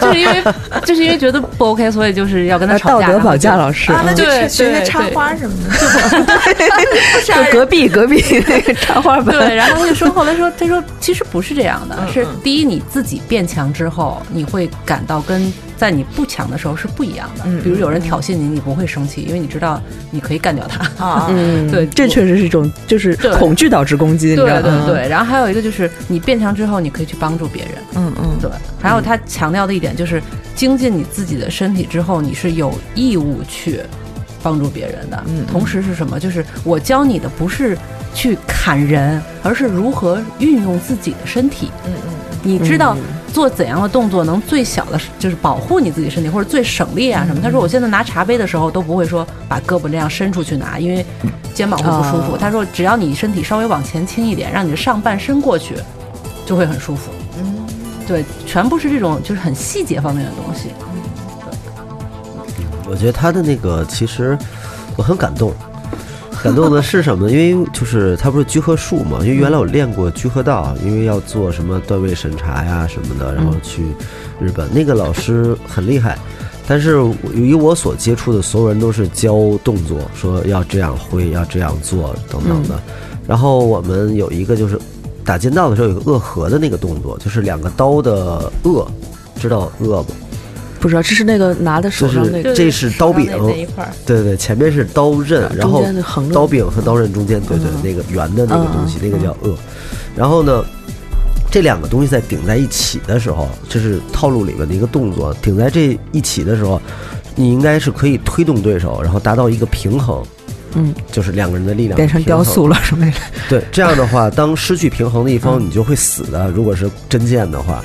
Speaker 6: 就是因为就是因为觉得不 OK，所以就是要跟他吵架。
Speaker 4: 道德绑架老师
Speaker 5: 啊，那就
Speaker 6: 对
Speaker 5: 去学学
Speaker 6: 对
Speaker 5: 插
Speaker 6: 对
Speaker 5: 花什么 的。啊
Speaker 4: 就隔壁隔壁那个插花板。
Speaker 6: 对，然后他就说，后来说，他说其实不是这样
Speaker 5: 嗯
Speaker 6: 的，是第一你自己变强之后，你会感到跟在你不强的时候是不一样的。
Speaker 4: 嗯
Speaker 6: 比如有人挑衅你，你不会生气，因为你知道你可以干掉他。
Speaker 5: 啊
Speaker 6: 嗯，对，
Speaker 4: 这确实是一种就是
Speaker 6: 对
Speaker 4: 恐惧导致攻击，你
Speaker 6: 对
Speaker 4: 知道
Speaker 6: 对
Speaker 4: 吗？
Speaker 6: 对对。然后还有一个就是你变强之后，你可以去帮助别人。
Speaker 4: 嗯嗯，
Speaker 6: 对。还有他强调的一点就是，精进你自己的身体之后，你是有义务去帮助别人的。
Speaker 4: 嗯
Speaker 6: 同时是什么？就是我教你的不是去砍人，而是如何运用自己的身体。
Speaker 5: 嗯
Speaker 6: 嗯。你知道
Speaker 4: 嗯
Speaker 6: 做怎样的动作能最小的，就是保护你自己身体，或者最省力啊什么？他说我现在拿茶杯的时候都不会说把胳膊这样伸出去拿，因为肩膀会不舒服。
Speaker 4: 哦
Speaker 6: 他说只要你身体稍微往前倾一点，让你的上半身过去，就会很舒服。
Speaker 4: 嗯
Speaker 6: 对，全部是这种就是很细节方面的东西。
Speaker 9: 我觉得他的那个其实我很感动，感动的是什么呢？因为就是他不是居合术嘛，因为原来我练过居合道，啊因为要做什么段位审查呀啊什么的，然后去日本那个老师很厉害。但是我以我所接触的所有人都是教动作，说要这样挥，要这样做等
Speaker 4: 嗯
Speaker 9: 等的。然后我们有一个就是打剑道的时候有个扼合的那个动作，就是两个刀的扼，知道扼不？
Speaker 4: 不知道，这是那个拿的手
Speaker 9: 就
Speaker 4: 上
Speaker 9: 是
Speaker 4: 那个，
Speaker 9: 这是刀柄
Speaker 4: 那一块儿，
Speaker 9: 对对对，前面是刀刃，然后
Speaker 4: 中间横嗯着
Speaker 9: 刀柄和刀刃中间，对对，那个圆的那个东西，那个
Speaker 4: 嗯
Speaker 9: 叫颚。然后呢，这两个东西在顶在一起的时候，这是套路里面的一个动作，顶在这一起的时候，你应该是可以推动对手，然后达到一个平衡，
Speaker 4: 嗯，
Speaker 9: 就是两个人的力量
Speaker 4: 变成雕塑了什么的。
Speaker 9: 对，这样的话，当失去平衡的一方，你就会死的。如果是真剑的话，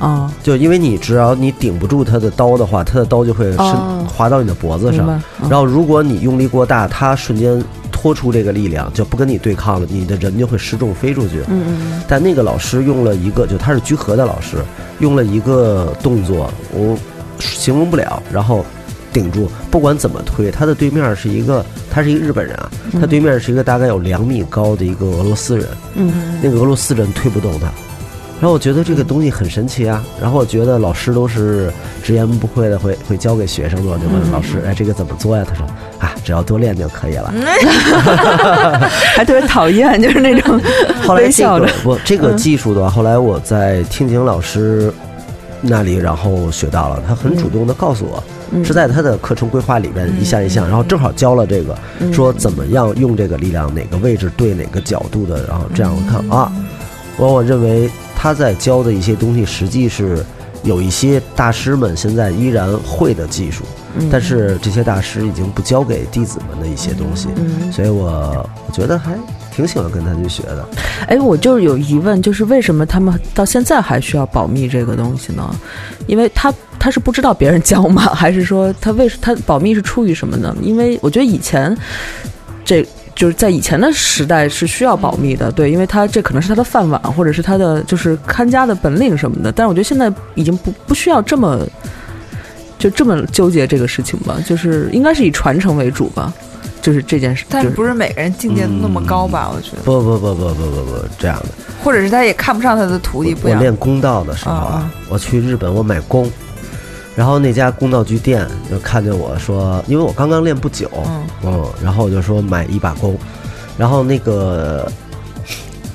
Speaker 4: 哦，
Speaker 9: 就因为你只要你顶不住他的刀的话，他的刀就会伸、
Speaker 4: 哦
Speaker 9: 划到你的呃脖子上
Speaker 4: 明白。嗯
Speaker 9: 然后如果你用力过大，他瞬间脱出这个力量，就不跟你对抗了，你的人就会失重飞出去。
Speaker 4: 嗯嗯
Speaker 9: 但那个老师用了一个，就他是居合的老师，用了一个动作，我形容不了，然后顶住，不管怎么推，他的对面是一个，他是一个日本人啊，
Speaker 4: 嗯
Speaker 9: 他对面是一个大概有两米高的一个俄罗斯人，
Speaker 4: 嗯嗯
Speaker 9: 那个俄罗斯人推不动他。然后我觉得这个东西很神奇啊，然后我觉得老师都是直言不讳的会会教给学生的，我就问老师，哎，这个怎么做呀？他说啊，只要多练就可以了。
Speaker 4: 还特别讨厌，就是那种
Speaker 9: 后来
Speaker 4: 微
Speaker 9: 这
Speaker 4: 笑
Speaker 9: 个
Speaker 4: 着。
Speaker 9: 我这个
Speaker 4: 嗯
Speaker 9: 技术的话，后来我在听景老师那里，然后学到了，他很主动的告诉我，
Speaker 4: 嗯
Speaker 9: 是在他的课程规划里边一项一项，然后正好教了这个，说怎么样用这个力量，哪个位置对哪个角度的，然后这样我看啊，我我认为他在教的一些东西，实际是有一些大师们现在依然会的技术，
Speaker 4: 嗯
Speaker 9: 但是这些大师已经不教给弟子们的一些东西，
Speaker 4: 嗯
Speaker 9: 所以我我觉得还挺喜欢跟他去学的。
Speaker 4: 哎，我就是有疑问，就是为什么他们到现在还需要保密这个东西呢？因为他他是不知道别人教吗？ 还是说他为他保密是出于什么呢？因为我觉得以前这。就是在以前的时代是需要保密的，对，因为他这可能是他的饭碗，或者是他的就是看家的本领什么的。但是我觉得现在已经不不需要这么就这么纠结这个事情吧，就是应该是以传承为主吧，就是这件事。
Speaker 5: 但是
Speaker 4: 就是
Speaker 5: 不是每个人境界都那么高吧？我觉得，
Speaker 9: 嗯不不不不不不不，这样的。
Speaker 5: 或者是他也看不上他的徒弟，不
Speaker 9: 我
Speaker 5: 想
Speaker 9: 练公道的时候啊，我去日本我买弓，然后那家公道局店就看见我说，因为我刚刚练不
Speaker 5: 啊
Speaker 9: 久，嗯然后我就说买一把弓，然后那个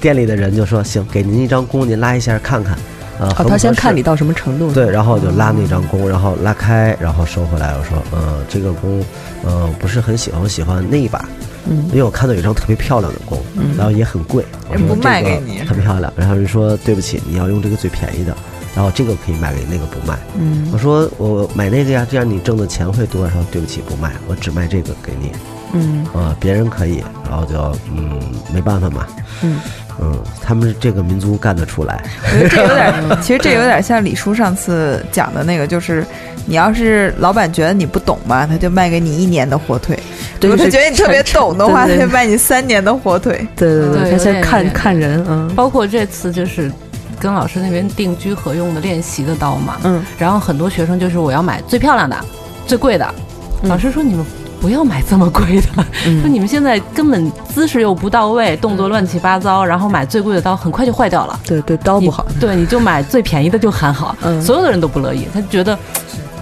Speaker 9: 店里的人就说行，给您一张弓，您拉一下看看。啊、
Speaker 4: 哦，
Speaker 9: 合不
Speaker 4: 他先
Speaker 9: 合适
Speaker 4: 看你到什么程度。
Speaker 9: 对，然后我就拉那张弓，然后拉开，然后收回来。我说，呃，这个弓，呃，不是很喜欢，我喜欢那一把，
Speaker 4: 嗯
Speaker 9: 因为我看到有一张特别漂亮的弓，
Speaker 4: 嗯
Speaker 9: 然后也很贵，我
Speaker 5: 人
Speaker 9: 说
Speaker 5: 不
Speaker 9: 这
Speaker 5: 卖
Speaker 9: 个
Speaker 5: 给你
Speaker 9: 很漂亮。然后人说对不起，你要用这个最便宜的，然后这个可以卖给你那个不卖。
Speaker 4: 嗯
Speaker 9: 我说我买那个呀，这样你挣的钱会多。然后对不起，不卖，我只卖这个给你。
Speaker 4: 嗯
Speaker 9: 啊、别人可以，然后就嗯，没办法嘛，
Speaker 4: 嗯
Speaker 9: 嗯，他们这个民族干得出来，
Speaker 5: 我觉得这 有点，其实这有点像李叔上次讲的那个，就是你要是老板觉得你不懂吧，他就卖给你一年的火腿；
Speaker 4: 对
Speaker 5: 如果他
Speaker 4: 就是
Speaker 5: 觉得你特别懂的话，
Speaker 4: 对
Speaker 5: 他
Speaker 4: 对
Speaker 5: 就卖你三年的火 腿。
Speaker 4: 对对
Speaker 6: 对
Speaker 4: 他
Speaker 6: 有
Speaker 4: 先
Speaker 6: 点有
Speaker 4: 看
Speaker 6: 点
Speaker 4: 看人，嗯
Speaker 6: 包括这次就是跟老师那边定居合用的练习的刀嘛，
Speaker 4: 嗯，
Speaker 6: 然后很多学生就是我要买最漂亮的、最贵的，
Speaker 4: 嗯
Speaker 6: 老师说你们。不要买这么贵的，
Speaker 4: 嗯
Speaker 6: 说你们现在根本姿势又不到位，动作乱七八糟，然后买最贵的刀很快就坏掉了。
Speaker 4: 对对，刀哦不好，
Speaker 6: 你对，你就买最便宜的就很好。
Speaker 4: 嗯
Speaker 6: 所有的人都不乐意，他觉得。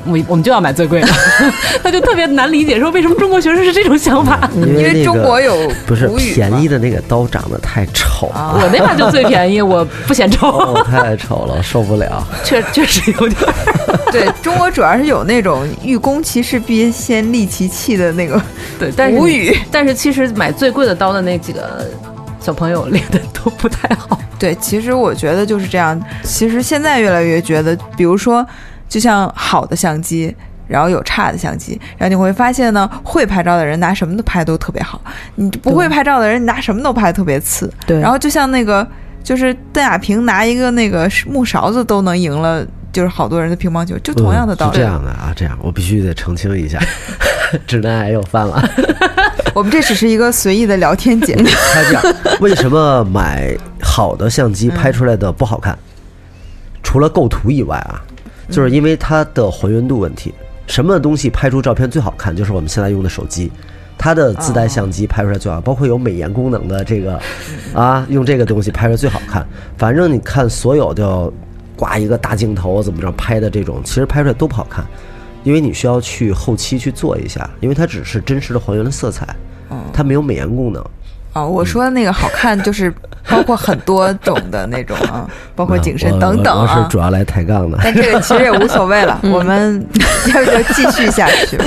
Speaker 6: 我我们就要买最贵的， 他就特别难理解，说为什么中国学生是这种想法？
Speaker 4: 嗯
Speaker 9: 因
Speaker 5: 因
Speaker 9: 为、那个、
Speaker 5: 为中国有
Speaker 9: 不是
Speaker 5: 古语
Speaker 9: 便
Speaker 5: 嘛
Speaker 9: 宜的那个刀长得太丑了，
Speaker 4: 啊
Speaker 6: 我那把就最便宜，我不嫌丑，
Speaker 9: 哦，太丑了，受不了。
Speaker 6: 确确实有点。
Speaker 5: 对中国主要是有那种欲攻其事必先利其器的那个
Speaker 6: 对，但是
Speaker 5: 无语。
Speaker 6: 但是其实买最贵的刀的那几个小朋友 练的都不太好。
Speaker 5: 对，其实我觉得就是这样。其实现在越来越觉得，比如说，就像好的相机，然后有差的相机，然后你会发现呢，会拍照的人拿什么都拍都特别好，你不会拍照的人拿什么都拍特别次。
Speaker 4: 对
Speaker 5: 然后就像那个，就是邓亚萍拿一个那个木勺子都能赢了，就是好多人的乒乓球，就同样的道
Speaker 9: 嗯是
Speaker 5: 理。
Speaker 9: 这样的啊，这样我必须得澄清一下， 直男癌又犯了。
Speaker 5: 我们这只是一个随意的聊天节目，
Speaker 9: 他这样，为什么买好的相机拍出来的
Speaker 12: 嗯
Speaker 9: 不好看？除了构图以外啊，就是因为它的还原度问题。什么东西拍出照片最好看？就是我们现在用的手机。它的 自带相机拍出来最好，包括有美颜功能的这个，
Speaker 12: 嗯
Speaker 9: 啊，用这个东西拍出来最好看。反正你看所有的挂一个大镜头怎么着拍的这种，其实拍出来都不好看，因为你需要去后期去做一下，因为它只是真实的还原了色彩，它没有美颜功能。
Speaker 5: 啊
Speaker 13: 哦，我说的那个好看就是包括很多种的那种啊，包括景深
Speaker 9: 呃嗯我
Speaker 13: 等等
Speaker 9: 我我是
Speaker 13: 啊
Speaker 9: 主。要来抬杠的。
Speaker 13: 但这个其实也无所谓
Speaker 5: 嗯
Speaker 13: 了，我们 要不就继续下去吧。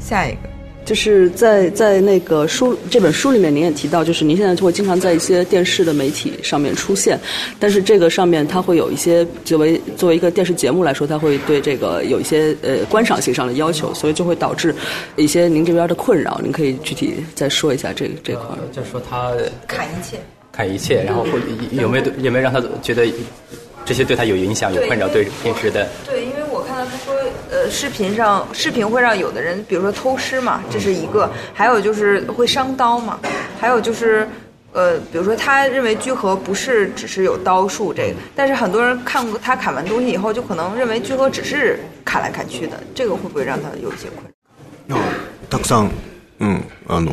Speaker 13: 下一个
Speaker 4: 就是在在那个书这本书里面，您也提到，就是您现在就会经常在一些电视的媒体上面出现，但是这个上面它会有一些作为作为一个电视节目来说，它会对这个有一些呃观赏性上的要求，所以就会导致一些您这边的困扰。您可以具体再说一下这这块儿。
Speaker 7: 就是说他
Speaker 5: 砍一切，
Speaker 7: 看一切，然后会有没有有没有让他觉得这些对他有影响、有困扰，对平时的
Speaker 5: 对，因为我看到他说，呃，视频上视频会让有的人，比如说偷师嘛，这是一个；还有就是会伤刀嘛，还有就是。呃，比如说，他认为居合不是只是有刀术这个，但是很多人看过他砍完东西以后，就可能认为居合只是砍来砍去的，这个会不会让他有一些困扰？
Speaker 10: たくさん、うん、あの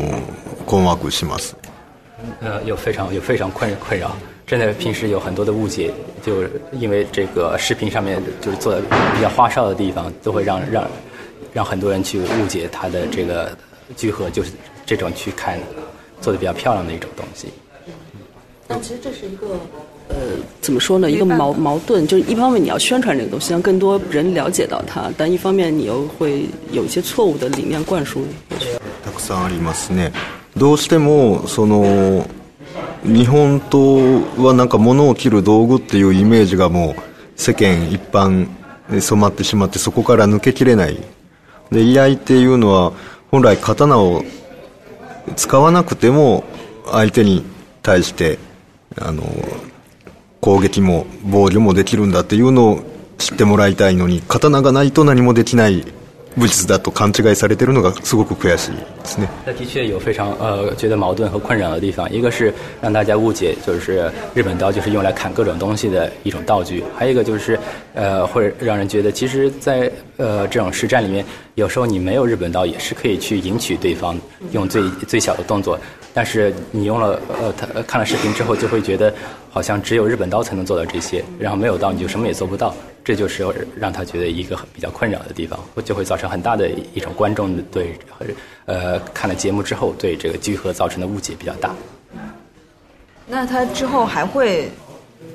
Speaker 10: 困惑します
Speaker 7: 呃，有非常有非常困困扰，真的平时有很多的误解，就是因为这个视频上面就是做的比较花哨的地方，都会让让让很多人去误解他的这个聚合，就是这种去看做的比较漂亮的一种东西。
Speaker 4: 但其实这是一个呃，怎么说呢？一个矛矛盾，就是一方面你要宣传这个东西，让更多人了解到它，但一方面你又会有一些错误的理念灌输。
Speaker 10: たくさんありますねどうしてもその日本刀はなんか物を切る道具っていうイメージがもう世間一般に染まってしまってそこから抜けきれないで居合っていうのは本来刀を使わなくても相手に対してあの攻撃も防御もできるんだっていうのを知ってもらいたいのに刀がないと何もできない武術だと勘違いされてるのがすごく悔しいですね
Speaker 7: 那的确有非常呃觉得矛盾和困扰的地方，一个是让大家误解，就是日本刀就是用来砍各种东西的一种道具；还有一个就是呃会让人觉得，其实在，呃这种实战里面，有时候你没有日本刀也是可以去赢取对方，用最最小的动作。但是你用了呃他呃看了视频之后，就会觉得好像只有日本刀才能做到这些，然后没有刀你就什么也做不到，这就是让他觉得一个很比较困扰的地方，就会造成很大的一种观众对呃看了节目之后对这个聚合造成的误解比较大。
Speaker 5: 那他之后还会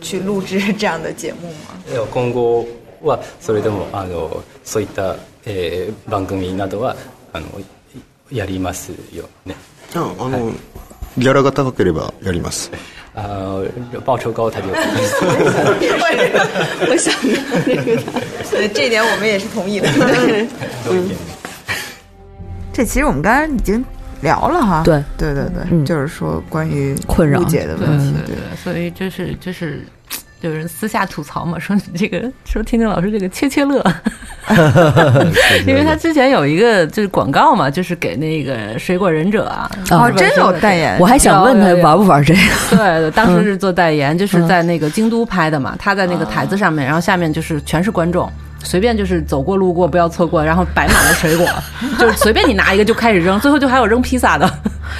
Speaker 5: 去录制这样的节目吗？
Speaker 7: いや今後はそれでもあのそういった、えー番組などはあのいやりますよね。
Speaker 10: ああの、ギャラが高ければやります
Speaker 7: 呃，报酬高他就。
Speaker 4: 我想那个
Speaker 5: 所以这一点我们也是同 意的。
Speaker 13: 嗯这其实我们刚才已经聊了哈，
Speaker 6: 对
Speaker 13: 对对对，
Speaker 6: 嗯
Speaker 13: 就是说关于
Speaker 6: 困扰嗯
Speaker 13: 误解的问题，嗯对
Speaker 6: 对，所以就是就是。有人私下吐槽嘛，说你这个说听听老师这个切切 乐，因为他之前有一个就是广告嘛，就是给那个水果忍者啊，
Speaker 13: 哦
Speaker 6: 日，本
Speaker 13: 真
Speaker 6: 生
Speaker 13: 有
Speaker 6: 的
Speaker 13: 代言，
Speaker 12: 我还想问他
Speaker 6: 有有有
Speaker 12: 玩不玩这个？
Speaker 6: 对对，当时是做代言，就是在那个京都拍的嘛，他在那个台子上
Speaker 13: 哦
Speaker 6: 面，然后下面就是全是观众。随便就是走过路过不要错过，然后摆满了水果， 就是随便你拿一个就开始扔，最后就还有扔披萨的，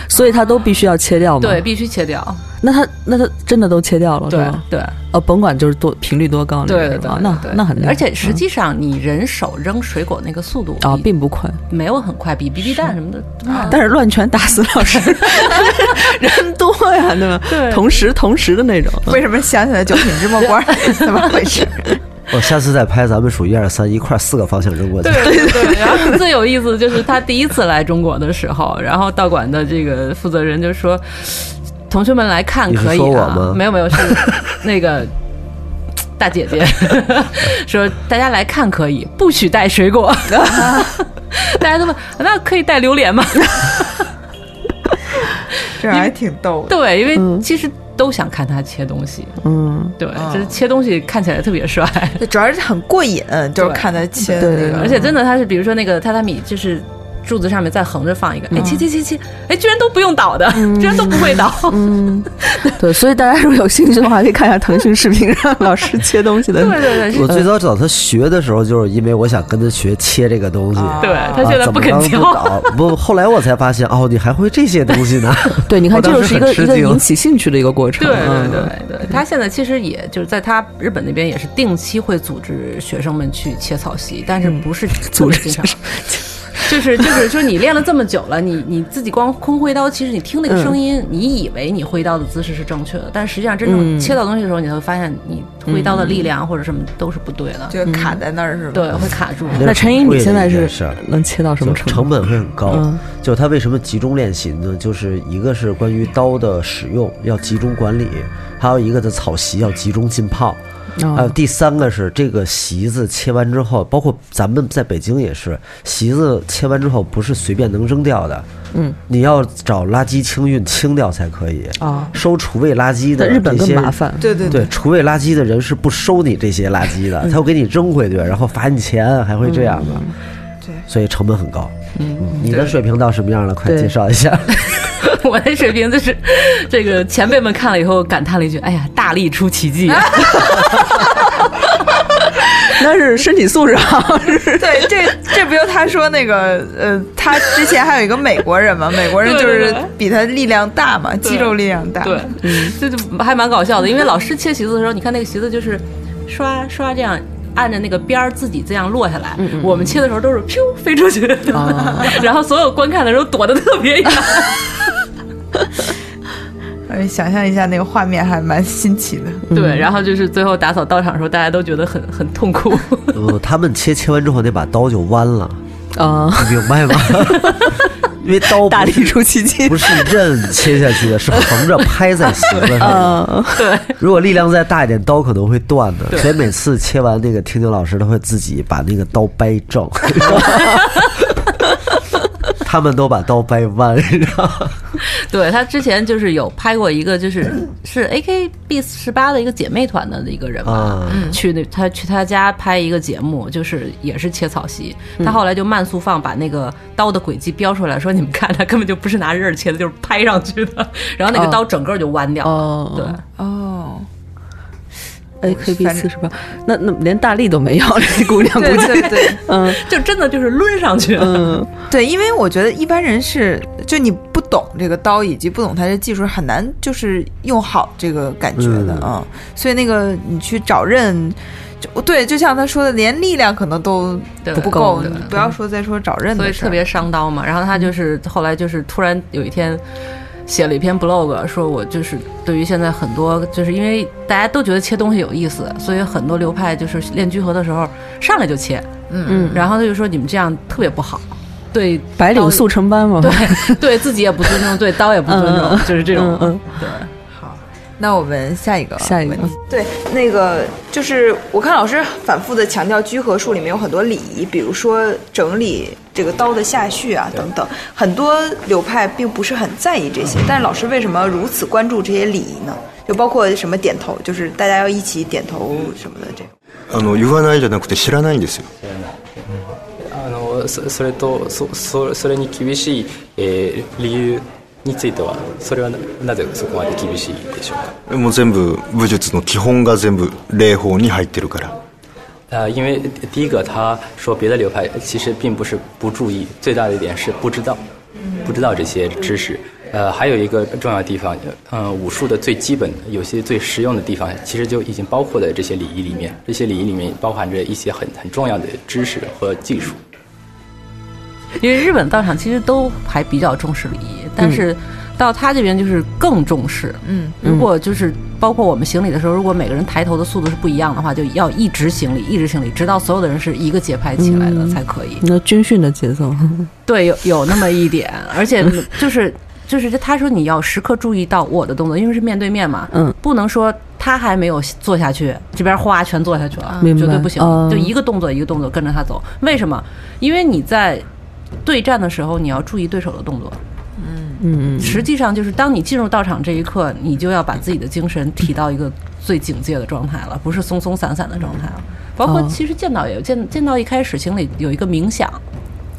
Speaker 4: 所以它都必须要切掉吗？
Speaker 6: 对，，必须切掉，
Speaker 4: 那它那它真的都切掉了，是
Speaker 6: 对
Speaker 4: 吗？
Speaker 6: 对
Speaker 4: 哦，甭管就是多频率多高那
Speaker 6: 对
Speaker 4: 个
Speaker 6: 对
Speaker 4: 是
Speaker 6: 对
Speaker 4: 吧，那
Speaker 6: 对
Speaker 4: 那很厉害，
Speaker 6: 而且实际上你人手扔水果那个速度
Speaker 4: 啊
Speaker 6: 比
Speaker 4: 并不快，
Speaker 6: 没有很快，比 BB 弹什么的啊慢
Speaker 4: 但是乱拳打死老师 人多呀，对吧？
Speaker 6: 对
Speaker 4: 同时同时的那种，
Speaker 13: 为什么想起来九品芝麻 官怎么回事？
Speaker 9: 我哦下次再拍，咱们数一二三，一块儿四个方向扔过去。
Speaker 6: 对对对，然后最有意思的就是他第一次来中国的时候，然后道馆的这个负责人就说：“同学们来看
Speaker 9: 你是
Speaker 6: 可以
Speaker 9: 说我
Speaker 6: 啊
Speaker 9: 吗，
Speaker 6: 没有没有是那个大姐姐说大家来看可以，不许带水果。 大家都问那可以带榴莲吗？
Speaker 13: 这还挺逗的。
Speaker 6: 对，因为其实都想看他切东西，
Speaker 4: 嗯，
Speaker 6: 对，就是切东西看起来特别帅。”
Speaker 13: 对主要是很过瘾，就是看他切那
Speaker 4: 对对
Speaker 13: 个，
Speaker 6: 而且真的，他是比如说那个榻榻米，就是柱子上面再横着放一个，哎
Speaker 11: 嗯
Speaker 6: 七七七七，哎居然都不用倒的，居然都不会倒，
Speaker 11: 嗯，对，所以大家如果有兴趣的话，可以看一下腾讯视频上老师切东 西的。
Speaker 6: 对对对
Speaker 9: 我最早找他学的时候，就是因为我想跟他学切这个东西。
Speaker 6: 对
Speaker 9: 啊
Speaker 6: 他现在
Speaker 9: 怎
Speaker 6: 不
Speaker 9: 么
Speaker 6: 肯
Speaker 9: 当
Speaker 6: 教
Speaker 9: 不倒啊不，后来我才发现，哦，你还会这些东西呢。
Speaker 4: 对，你看，
Speaker 9: 我
Speaker 4: 这
Speaker 9: 当
Speaker 4: 就
Speaker 9: 时
Speaker 4: 是一个
Speaker 9: 很吃
Speaker 4: 一个
Speaker 9: 惊
Speaker 4: 引起兴趣的一个过程。
Speaker 6: 对对
Speaker 4: 嗯
Speaker 6: 对对，他现在其实也就是在他日本那边也是定期会组织学生们去切草席，但
Speaker 4: 嗯
Speaker 6: 是 不是特别经常。 就是就是就是你练了这么久了，你你自己光空挥刀，其实你听那个
Speaker 4: 嗯
Speaker 6: 声音，你以为你挥刀的姿势是正确的，但实际上真正
Speaker 4: 嗯
Speaker 6: 切到东西的时候，你才会发现你挥刀的力量或者什么都是不对的，
Speaker 5: 就卡在那儿是吧？
Speaker 6: 嗯对，会卡住。
Speaker 9: 那
Speaker 4: 那
Speaker 9: 是
Speaker 4: 陈怡，
Speaker 9: 很贵的
Speaker 4: 你现在
Speaker 9: 一件
Speaker 4: 是
Speaker 9: 事儿
Speaker 4: 能切到什么
Speaker 9: 就
Speaker 4: 程度？
Speaker 9: 成本会很高。
Speaker 4: 嗯
Speaker 9: 就他为什么集中练习呢？就是一个是关于刀的使用要集中管理，还有一个的草席要集中浸泡。还有
Speaker 4: 哦
Speaker 9: 第三个是这个席子切完之后，包括咱们在北京也是，席子切完之后不是随便能扔掉的，
Speaker 4: 嗯，
Speaker 9: 你要找垃圾清运清掉才可以。
Speaker 4: 啊，
Speaker 9: 收厨卫垃圾
Speaker 4: 在
Speaker 9: 的
Speaker 4: 日本
Speaker 9: 这
Speaker 4: 更
Speaker 9: 些
Speaker 4: 麻烦。
Speaker 5: 对对
Speaker 9: 对，厨卫垃圾的人是不收你这些垃圾的，他会给你扔回去，然后罚你钱，还会这样的。
Speaker 5: 对
Speaker 9: 所以成本很高。嗯，你的水平到什么样了？快
Speaker 4: 对
Speaker 9: 介绍一下。
Speaker 6: 我的水平就是，这个前辈们看了以后感叹了一句：“哎呀，大力出奇迹。”啊
Speaker 4: 那是身体素质好，是
Speaker 5: 对，这这不就他说那个呃，他之前还有一个美国人嘛，美国人就
Speaker 6: 对对
Speaker 5: 是
Speaker 6: 对
Speaker 5: 比他力量大嘛，肌肉力量大。
Speaker 6: 对，这就还蛮搞笑的，因为老师切席子的时候，你看那个席子就是刷刷这样。按着那个边儿自己这样落下来，我们切的时候都是飘飞出去， 然后所有观看的时候躲得特别远。
Speaker 5: 哎，想象一下那个画面，还蛮新奇的。
Speaker 6: 对，然后就是最后打扫到场的时候，大家都觉得很很痛苦。
Speaker 9: 嗯，他们切切完之后，那把刀就弯了，
Speaker 4: 啊，
Speaker 9: 你明白吗？因为刀
Speaker 4: 大
Speaker 9: 不
Speaker 4: 力
Speaker 9: 是
Speaker 4: 出奇迹
Speaker 9: 不。是刃切下去的， 是横着拍在席子上的。
Speaker 4: 呃，
Speaker 9: 如果力量再大一点，刀可能会断的。
Speaker 6: 哦对
Speaker 9: 所以每次切完那个听听老师，他会自己把那个刀掰 正。他们都把刀掰弯，然后
Speaker 6: 对他之前就是有拍过一个，就是 是 AKB 四八的一个姐妹团的一个人吧，
Speaker 9: 啊
Speaker 6: 去那他去他家拍一个节目，就是也是切草席。嗯他后来就慢速放把那个刀的轨迹标出来，说你们看，他根本就不是拿刃儿切的，就是拍上去的。然后那个刀整个就弯掉了。
Speaker 4: 哦，
Speaker 6: 对，
Speaker 5: 哦，
Speaker 4: AKB
Speaker 5: 反
Speaker 4: 四
Speaker 5: 正
Speaker 4: 十八，那那连大力都没有， 这姑娘
Speaker 5: 对
Speaker 4: 估计，
Speaker 5: 对对
Speaker 4: 嗯
Speaker 6: 就真的就是抡上去了。
Speaker 4: 嗯，
Speaker 5: 对，因为我觉得一般人是，就你不懂这个刀以及不懂它的技术，很难就是用好这个感觉的
Speaker 9: 嗯
Speaker 5: 啊、嗯所以那个你去找刃，就对，就像他说的，连力量可能都
Speaker 6: 对
Speaker 5: 不
Speaker 6: 够
Speaker 5: 够，
Speaker 6: 的
Speaker 5: 你不要说再说找刃
Speaker 6: 所以
Speaker 5: 的事
Speaker 6: 特
Speaker 5: 儿。
Speaker 6: 别伤刀嘛。然后
Speaker 4: 嗯
Speaker 6: 他就是后来就是突然有一天写了一篇 blog，说我就是对于现在很多就是因为大家都觉得切东西有意思，所以很多流派就是练居合的时候上来就切，
Speaker 4: 嗯
Speaker 6: 然后他就说你们这样特别不好，对
Speaker 4: 白领速成班嘛，
Speaker 6: 对对自己也不尊重，对刀也不尊重，就是这种
Speaker 4: 嗯嗯
Speaker 6: 对。
Speaker 5: 那我们下一个，啊
Speaker 4: 下一个，
Speaker 8: 对，那个就是我看老师反复的强调居合术里面有很多礼仪，比如说整理这个刀的下序啊等等，很多流派并不是很在意这
Speaker 5: 嗯
Speaker 8: 些，但老师为什么如此关注这些礼仪呢？就包括什么点头，就是大家要一起点头什么的这种。
Speaker 10: あの言わないじゃなくて知らないんですよ
Speaker 7: あのそそれとそそそれに厳しい、えー理由についてはそれはななぜそこまで厳しいでしょうか
Speaker 10: もう全部武術の基本が全部礼法に入ってるから
Speaker 7: 呃，因为第一个他说别的流派其实并不是不注意，最大的一点是不知道，不知道这些知识。呃，还有一个重要的地方，呃，武术的最基本、有些最实用的地方，其实就已经包括在这些礼仪里面。这些礼仪里面包含着一些很很重要的知识和技术。
Speaker 6: 因为日本道场其实都还比较重视礼仪，但是到他这边就是更重视。嗯，如果就是包括我们行礼的时候，如果每个人抬头的速度是不一样的话，就要一直行礼，一直行礼，直到所有的人是一个节拍起来的才可以。
Speaker 4: 那军训的节奏，
Speaker 6: 对，有有那么一点，而且就是就是他说你要时刻注意到我的动作，因为是面对面嘛，
Speaker 4: 嗯，
Speaker 6: 不能说他还没有做下去，这边哗全做下去了，
Speaker 4: 明白
Speaker 6: 绝对不行，
Speaker 4: 嗯
Speaker 6: 就一个动作一个动作跟着他走。为什么？因为你在对战的时候，你要注意对手的动作。
Speaker 4: 嗯嗯
Speaker 6: 实际上就是当你进入道场这一刻，你就要把自己的精神提到一个最警戒的状态了，不是松松散散的状态了。包括
Speaker 4: 哦
Speaker 6: 其实剑道也有剑剑道一开始行里有一个冥想，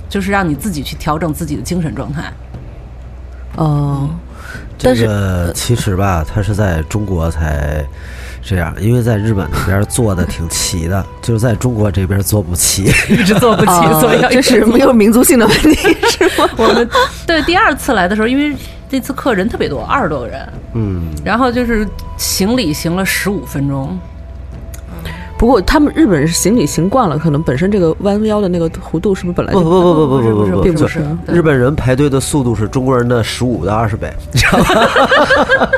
Speaker 6: 就是让你自己去调整自己的精神状态。
Speaker 14: 哦，
Speaker 7: 这个呃其实吧，它是在中国才这样，因为在日本那边做的挺齐的，就是在中国这边做不齐，
Speaker 6: 一直 做不齐
Speaker 14: 啊
Speaker 6: 所以要一
Speaker 14: 这
Speaker 6: 直
Speaker 14: 是
Speaker 6: 做
Speaker 14: 没有民族性的问题，是吗？
Speaker 6: 我们对第二次来的时候，因为这次客人特别多，二十多个人，
Speaker 7: 嗯，
Speaker 6: 然后就是行礼行了十五分钟，
Speaker 4: 不过他们日本人行礼行惯了，可能本身这个弯腰的那个弧度是不是本来
Speaker 7: 不
Speaker 4: 就
Speaker 7: 不不不不不
Speaker 4: 并不
Speaker 7: 就是
Speaker 4: 是
Speaker 7: 日本人排队的速度是中国人的十五到二十倍，你知道吗？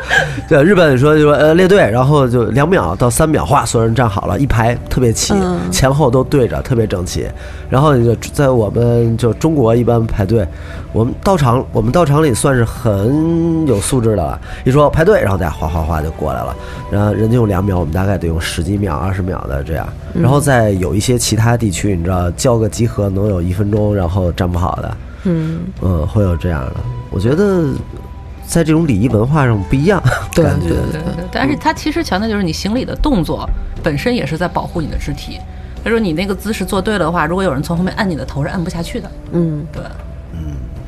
Speaker 7: 对，日本说就说呃列队，然后就两秒到三秒，哗，所有人站好了，一排特别齐，前后都对着，特别整齐。然后你就在我们就中国一般排队，我们到场我们到场里算是很有素质的了。一说排队，然后大家哗哗哗就过来了，然后人家用两秒，我们大概得用十几秒、二十秒的这样。然后在有一些其他地区，你知道叫个集合能有一分钟，然后站不好的。
Speaker 14: 嗯，
Speaker 7: 嗯，会有这样的。我觉得在这种礼仪文化上不一样，
Speaker 14: 对
Speaker 7: 感觉
Speaker 6: 对对，但是他其实强调就是你行礼的动作本身也是在保护你的肢体。他说你那个姿势做对了的话，如果有人从后面按你的头是按不下去的，
Speaker 14: 嗯，
Speaker 6: 对，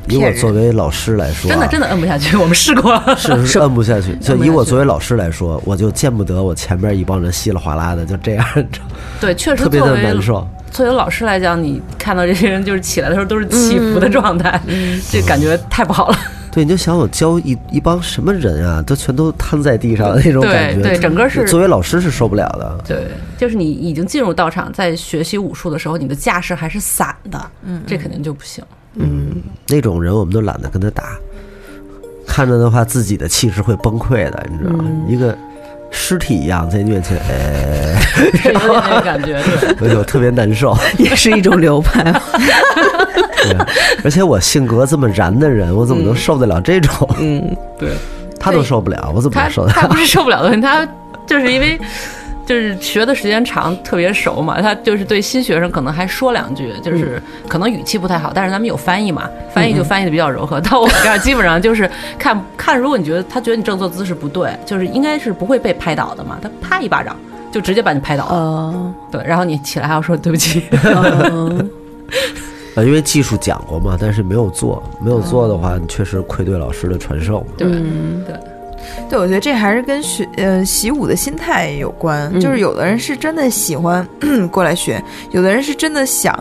Speaker 7: 以我作为老师来说啊，
Speaker 6: 真的真的摁不下去，我们试过。
Speaker 7: 是是摁不下 去。就
Speaker 6: 摁不
Speaker 7: 以
Speaker 6: 下
Speaker 7: 我
Speaker 6: 去
Speaker 7: 作为老师来说，我就见不得我前面一帮人稀里哗啦的就这样，你知道吗
Speaker 6: 对，确实
Speaker 7: 特别
Speaker 6: 作
Speaker 7: 的
Speaker 6: 为
Speaker 7: 难受。
Speaker 6: 作为老师来讲，你看到这些人就是起来的时候都是起伏的状态， 这感觉太不好了。
Speaker 7: 对，你就想我教一一帮什么人啊，都全都瘫在地上那种
Speaker 6: 对
Speaker 7: 感觉。
Speaker 6: 对整个是
Speaker 7: 作为老师是受不了的。
Speaker 6: 对，就是你已经进入道场，在学习武术的时候，你的架势还是散的，嗯，这肯定就不行。
Speaker 7: 嗯，那种人我们都懒得跟他打，看着的话自己的气势会崩溃的，你知道吗？一个尸体一样在你面前，哎，
Speaker 6: 是有点那个 感觉，对，
Speaker 7: 我就特别难受。
Speaker 14: 也是一种流派。
Speaker 7: 而且我性格这么燃的人，我怎么能受得了这种？
Speaker 14: 嗯，
Speaker 6: 对
Speaker 7: 他都受不了，我怎么
Speaker 6: 他
Speaker 7: 能 受得
Speaker 6: 他
Speaker 7: 了？
Speaker 6: 不是受不了的问题，他就是因为就是学的时间长，特别熟嘛，他就是对新学生可能还说两句，就是
Speaker 7: 嗯
Speaker 6: 可能语气不太好，但是咱们有翻译嘛，翻译就翻译的比较柔和。到我这儿基本上就是看看，如果你觉得他觉得你正坐姿势不对，就是应该是不会被拍倒的嘛，他啪一巴掌就直接把你拍倒了，
Speaker 14: 哦，
Speaker 6: 对，然后你起来还要说对不起。
Speaker 14: 嗯
Speaker 7: 呃，因为技术讲过嘛，但是没有做，没有做的话，你确实愧对老师的传授。
Speaker 6: 对
Speaker 14: 嗯
Speaker 6: 对，
Speaker 5: 对，我觉得这还是跟学呃习武的心态有关，
Speaker 14: 嗯
Speaker 5: 就是有的人是真的喜欢 过来学，有的人是真的想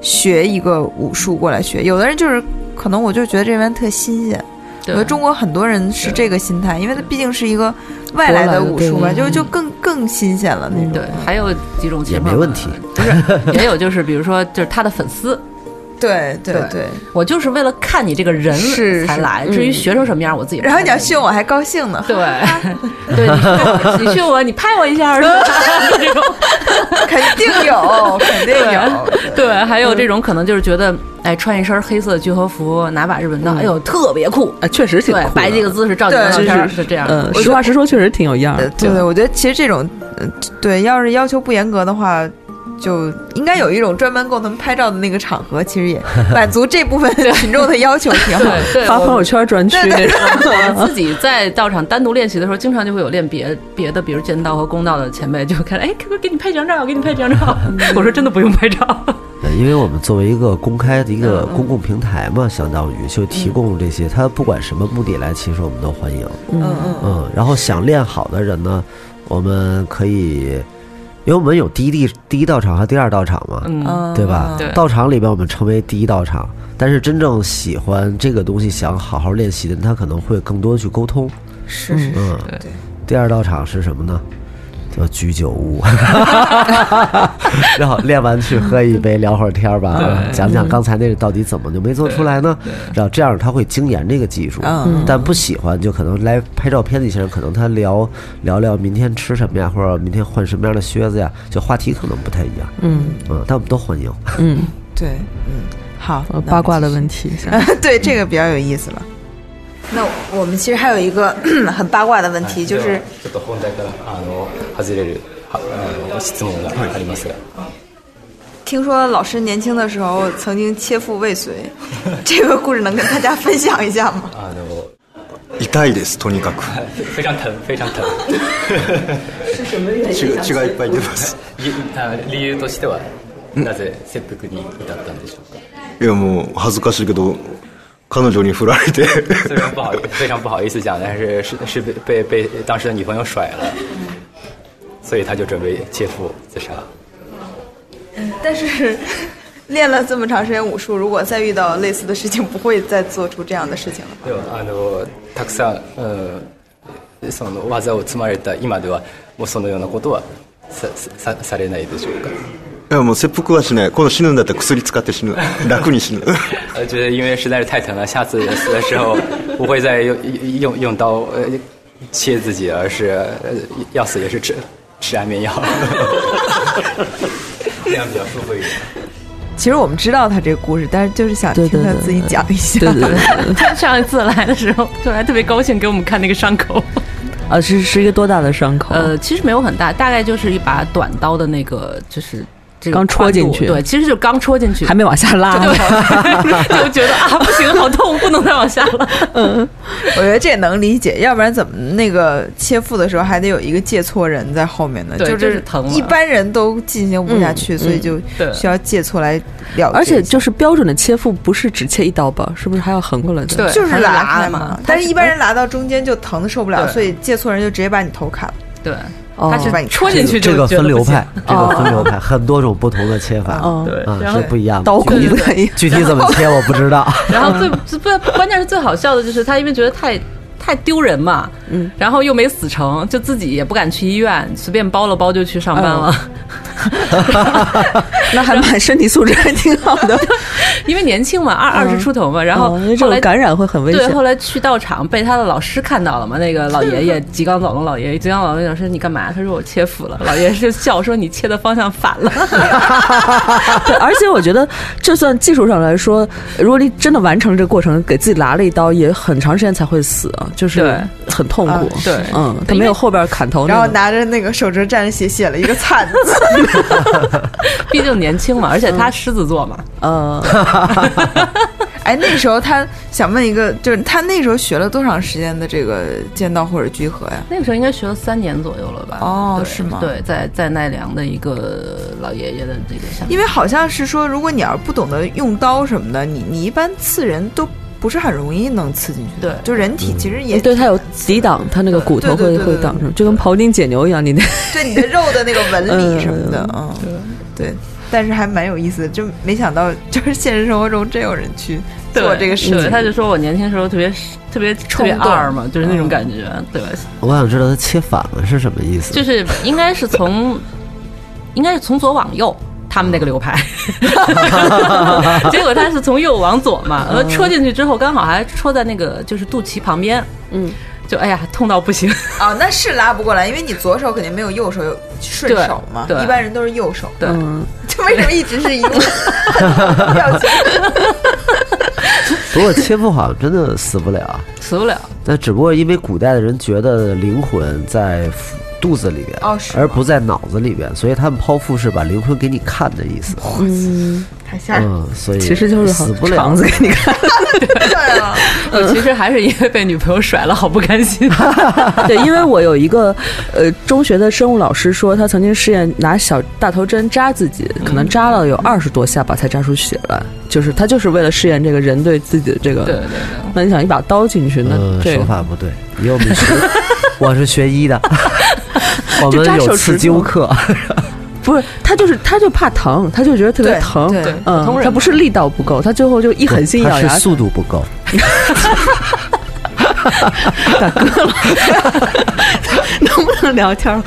Speaker 5: 学一个武术过来学，有的人就是可能我就觉得这边特新鲜。我
Speaker 6: 对
Speaker 5: 觉得中国很多人是这个心态，因为它毕竟是一个外来的武术
Speaker 14: 国
Speaker 5: 嘛，
Speaker 14: 来的
Speaker 5: 就
Speaker 14: 对
Speaker 5: 就更更新鲜了那种。
Speaker 6: 对，还有几种情况
Speaker 7: 也没问题，
Speaker 6: 不是也有就是比如说就是他的粉丝，
Speaker 5: 对对
Speaker 6: 对
Speaker 5: 对，
Speaker 6: 我就是为了看你这个人
Speaker 5: 是
Speaker 6: 才
Speaker 5: 是
Speaker 6: 来，至
Speaker 4: 嗯
Speaker 6: 于学成什么样，我自己不
Speaker 5: 然后
Speaker 6: 太
Speaker 5: 你要
Speaker 6: 在意
Speaker 5: 训我还高兴呢，
Speaker 6: 对，对你训我，你训我，你拍我一下儿是吧？ 这种
Speaker 5: 肯定有，肯定有。
Speaker 6: 对，还有这种可能就是觉得，哎，穿一身黑色的聚合服，拿把日本刀，哎呦，特别酷。
Speaker 4: 啊，确实挺
Speaker 6: 对
Speaker 4: 嗯酷，
Speaker 6: 摆这个
Speaker 4: 的。
Speaker 6: 姿势照镜
Speaker 5: 对
Speaker 6: 子照片儿
Speaker 4: 是
Speaker 6: 是这样的。
Speaker 4: 嗯，实话实说，确实挺有样儿
Speaker 5: 呃
Speaker 4: 的。
Speaker 5: 对对，我觉得其实这种，呃对，要是要求不严格的话，就应该有一种专门供他们拍照的那个场合，其实也满足这部分群众的要求挺好的。
Speaker 6: 对对，
Speaker 4: 发
Speaker 6: 我
Speaker 4: 朋友圈专区那种。
Speaker 6: 我们自己在道场单独练习的时候，经常就会有练别别的，比如剑道和弓道的前辈就看，哎，可不可以给你拍几张照？给你拍几张照。
Speaker 4: 嗯
Speaker 6: 我说真的不用拍照。嗯
Speaker 7: 呃，因为我们作为一个公开的一个公共平台嘛，相当于就提供这些，他不管什么目的来，其实我们都欢迎。
Speaker 5: 嗯嗯，
Speaker 7: 嗯，然后想练好的人呢，我们可以，因为我们有第一地第一道场和第二道场嘛，
Speaker 6: 嗯，
Speaker 5: 嗯
Speaker 7: 对吧？
Speaker 6: 对
Speaker 7: 道场里边我们称为第一道场，但是真正喜欢这个东西、想好好练习的人，他可能会更多地去沟通。
Speaker 5: 是是是，
Speaker 7: 嗯，
Speaker 6: 对
Speaker 7: 第二道场是什么呢？叫居酒屋，然后练完去喝一杯，聊会儿天儿吧，讲讲刚才那个到底怎么就没做出来呢？然后这样他会精研这个技术，
Speaker 5: 嗯
Speaker 7: 但不喜欢就可能来拍照片的一些人，可能他聊聊聊明天吃什么呀，或者明天换什么样的靴子呀，就话题可能不太一样。
Speaker 14: 嗯
Speaker 7: 嗯，但我们都欢迎。
Speaker 14: 嗯，
Speaker 5: 对，嗯，好，那我们
Speaker 4: 八卦
Speaker 5: 继
Speaker 4: 的
Speaker 5: 续
Speaker 4: 问题，
Speaker 5: 对，这个比较有意思了。那我们其实还有一个 很八卦的问
Speaker 7: 哎
Speaker 5: 题，就是
Speaker 15: ちょっと本題からあの外れるはあの質問がありますが、
Speaker 5: 听说老师年轻的时候曾经切腹未遂，这个故事能跟大家分享一下吗？
Speaker 15: あの
Speaker 10: 痛いですとにかく
Speaker 15: 非常疼，非常疼。
Speaker 10: 血が血がいっぱい出ます
Speaker 15: 理あ理由としては、
Speaker 7: なぜ切腹に至ったんでしょうか
Speaker 10: いやもう恥ずかしいけど彼女に振られ て
Speaker 7: 虽然不好 意，非常不好意思讲，但是是是被被被当时的女朋友甩了，所以他就准备切腹自杀。
Speaker 8: 但是 练了这么长时间武术，如果再遇到类似的事情，不会再做出这样的事情了。
Speaker 7: ではあのたくさん、うん、その技を積まれた今ではもうそのようなことはささされないでしょうか。
Speaker 10: いやもう切腹はしない今度死ぬんだったら薬使って死ぬ楽に死ぬ
Speaker 7: 呃，觉得因为实在是太疼了，下次死的时候不会再用用用刀呃切自己，而是呃要死也是吃吃安 眠药，这样比较舒服一点。
Speaker 5: 其实我们知道他这个故事，但是就是想听他自己讲一下。
Speaker 6: 他 上一次来的时候，就还特别高兴给我们看那个伤口。
Speaker 4: 啊，是是一个多大的伤口？
Speaker 6: 呃，其实没有很大，大概就是一把短刀的那个，就是这个
Speaker 4: 刚戳
Speaker 6: 宽度
Speaker 4: 进去
Speaker 6: 对，其实就刚戳进去，
Speaker 4: 还没往下拉呢。
Speaker 6: 对，就觉得啊，不行，好痛，不能再往下 了。
Speaker 5: 我觉得这也能理解，要不然怎么那个切腹的时候还得有一个借错人在后面呢？
Speaker 6: 对
Speaker 5: 就
Speaker 6: 这是
Speaker 5: 是
Speaker 6: 疼了
Speaker 5: 一般人都进行不下去，
Speaker 4: 嗯
Speaker 5: 所以就
Speaker 6: 对
Speaker 5: 需要借错来了
Speaker 4: 而且
Speaker 5: 决一下。
Speaker 4: 就是标准的切腹，不是只切一刀吧？是不是还要横过来的？
Speaker 6: 对
Speaker 5: 就是
Speaker 6: 还是拉
Speaker 5: 拉
Speaker 6: 开嘛
Speaker 5: 但是一般人拉到中间就疼的受不了，
Speaker 6: 对
Speaker 5: 所以借错人就直接把你头砍了。
Speaker 6: 对，
Speaker 4: 哦，
Speaker 6: 他是
Speaker 5: 把你
Speaker 6: 戳
Speaker 5: 这
Speaker 6: 进去
Speaker 9: 这
Speaker 6: 就
Speaker 9: 个
Speaker 6: 觉得
Speaker 9: 分流
Speaker 6: 不行
Speaker 9: 派，这个分流派很多种不同的切法，
Speaker 4: 哦，
Speaker 6: 对，
Speaker 9: 啊，
Speaker 6: 然
Speaker 9: 是
Speaker 6: 后
Speaker 9: 不一样的。
Speaker 4: 刀骨
Speaker 9: 具体
Speaker 4: 可以。
Speaker 9: 具体怎么切我不知道。
Speaker 6: 然后
Speaker 4: 嗯
Speaker 6: 最最不关键是最好笑的就是他因为觉得太太丢人嘛，
Speaker 4: 嗯，
Speaker 6: 然后又没死成，就自己也不敢去医院，随便包了包就去上班了，
Speaker 4: 那还蛮身体素质还挺好的。
Speaker 6: 因为年轻嘛，二二十出头嘛，然后
Speaker 4: 哦因为这
Speaker 6: 后来
Speaker 4: 种。感染会很危
Speaker 6: 对，
Speaker 4: 险
Speaker 6: 后。来去道场被他的老师看到了嘛？那个老爷爷吉冈早龙老爷爷，吉冈早龙老师，你干嘛？他说我切腹了。老爷爷就笑说你切的方向反了。
Speaker 4: 对，而且我觉 得，就算技术上来说，如果你真的完成这个过程，给自己拉了一刀，也很长时间才会死啊，就是很痛苦。
Speaker 6: 对
Speaker 4: 嗯，他没有后边砍头那
Speaker 5: 然
Speaker 4: 个。
Speaker 5: 后拿着那个手指蘸着血写了一个惨字，
Speaker 6: 毕竟年轻嘛，而且他狮子座嘛，
Speaker 4: 呃，
Speaker 5: 哎，那时候他想问一个，就是他那时候学了多长时间的这个剑道或者居合呀？
Speaker 6: 那个时候应该学了三年左右了吧？
Speaker 5: 哦
Speaker 6: 对
Speaker 5: 是吗
Speaker 6: 对，在在奈良的一个老爷爷的这个下面，
Speaker 5: 因为好像是说，如果你要是不懂得用刀什么的，你你一般刺人都不是很容易能刺进去的。
Speaker 6: 对
Speaker 5: 就人体其实也
Speaker 4: 对，他有抵挡，他那个骨头
Speaker 5: 对对
Speaker 4: 会
Speaker 5: 对
Speaker 4: 会
Speaker 5: 对
Speaker 4: 挡住，就跟庖丁解牛一样，你得
Speaker 5: 对你的肉的那个纹理什么的，嗯，对。但是还蛮有意思的，就没想到，就是现实生活中真有人去做这个事
Speaker 6: 对
Speaker 5: 情。
Speaker 6: 他就说我年轻时候特别特别特别
Speaker 5: 冲动嗯
Speaker 6: 二嘛，就是那种感觉，对，
Speaker 9: 我想知道他切反了是什么意思？
Speaker 6: 就是应该是从应该是从左往右。他们那个 流派，结果他是从右往左嘛，
Speaker 9: 嗯
Speaker 6: 呃，戳进去之后刚好还戳在那个就是肚脐旁边，
Speaker 4: 嗯，
Speaker 6: 就哎呀痛到不行，
Speaker 5: 啊、那是拉不过来，因为你左手肯定没有右手有顺
Speaker 6: 对
Speaker 5: 手嘛，
Speaker 6: 对
Speaker 5: 一般人都是右手。
Speaker 6: 对，
Speaker 4: 嗯，
Speaker 5: 就为什么一直是一 个表情？
Speaker 9: 不过切腹好像真的死不了，
Speaker 6: 死不了，
Speaker 9: 那只不过因为古代的人觉得灵魂在腹肚子里边，
Speaker 5: 哦是吗
Speaker 9: 而不在脑子里边，所以他们剖腹是把灵魂给你看的意思。
Speaker 5: 太吓人了！
Speaker 9: 嗯，所以
Speaker 4: 其实就是好
Speaker 9: 死不
Speaker 4: 肠
Speaker 9: 了
Speaker 4: 子。给你看。
Speaker 5: 对啊
Speaker 9: 嗯
Speaker 6: 我其实还是因为被女朋友甩了，好不 甘心。
Speaker 4: 对，因为我有一个呃中学的生物老师说，他曾经试验拿小大头针扎自己，可能扎了有二十多下吧，才扎出血来。就是他就是为了试验这个人对自己的这
Speaker 6: 对
Speaker 4: 个。
Speaker 6: 对对。
Speaker 4: 那你想一把刀进去，那
Speaker 9: 嗯，
Speaker 4: 这
Speaker 9: 手
Speaker 4: 个
Speaker 9: 法不对，以我们学， 我是学医 的，我
Speaker 4: 就
Speaker 9: 们
Speaker 4: 扎手
Speaker 9: 有
Speaker 4: 指
Speaker 9: 刺
Speaker 4: 头
Speaker 9: 灸课，
Speaker 4: 不是他就是他就怕疼，他就觉得特别
Speaker 5: 对
Speaker 4: 疼。
Speaker 5: 对
Speaker 6: 普
Speaker 4: 嗯，
Speaker 6: 通人
Speaker 4: 他不是力道不够，他最后就一狠心一咬
Speaker 9: 他是
Speaker 4: 牙，
Speaker 9: 速度不够。
Speaker 4: 能不能聊天儿？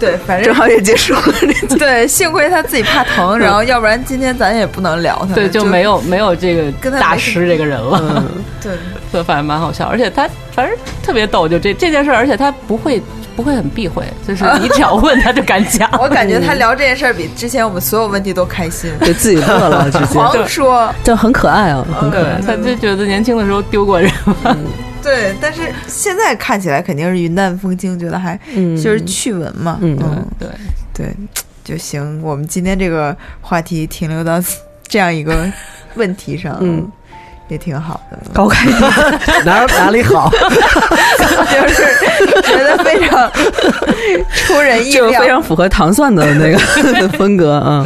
Speaker 5: 对，反
Speaker 4: 正
Speaker 5: 正
Speaker 4: 好也结束了。嗯
Speaker 5: 对，幸亏他自己怕疼，然后要不然今天咱也不能聊他了。
Speaker 6: 对，就没有没有这个
Speaker 5: 跟他没
Speaker 6: 大
Speaker 5: 什
Speaker 6: 师这个人了，
Speaker 5: 对，
Speaker 6: 所以反正蛮好笑，而且他反正特别逗，就这这件事儿，而且他不会不会很避讳，就是你只要问他就敢讲。
Speaker 5: 我感觉他聊这件事儿比之前我们所有问题都开心，
Speaker 4: 给自己乐 了，直接
Speaker 5: 狂说。
Speaker 4: 就很可爱啊，很可
Speaker 6: 对
Speaker 4: 爱。，
Speaker 6: 他就觉得年轻的时候丢过人嘛，
Speaker 5: 对，但是现在看起来肯定是云淡风轻，觉得还
Speaker 4: 嗯，
Speaker 5: 就是趣闻嘛。
Speaker 4: 嗯
Speaker 6: 对，
Speaker 5: 对，就行。我们今天这个话题停留到这样一个问题上，
Speaker 4: 嗯，
Speaker 5: 也挺 好的。
Speaker 4: 高开低
Speaker 9: 哪有哪里好？
Speaker 5: 就是觉得非非常出人意
Speaker 4: 就是
Speaker 5: 料，
Speaker 4: 非常符合糖蒜的那个风格啊。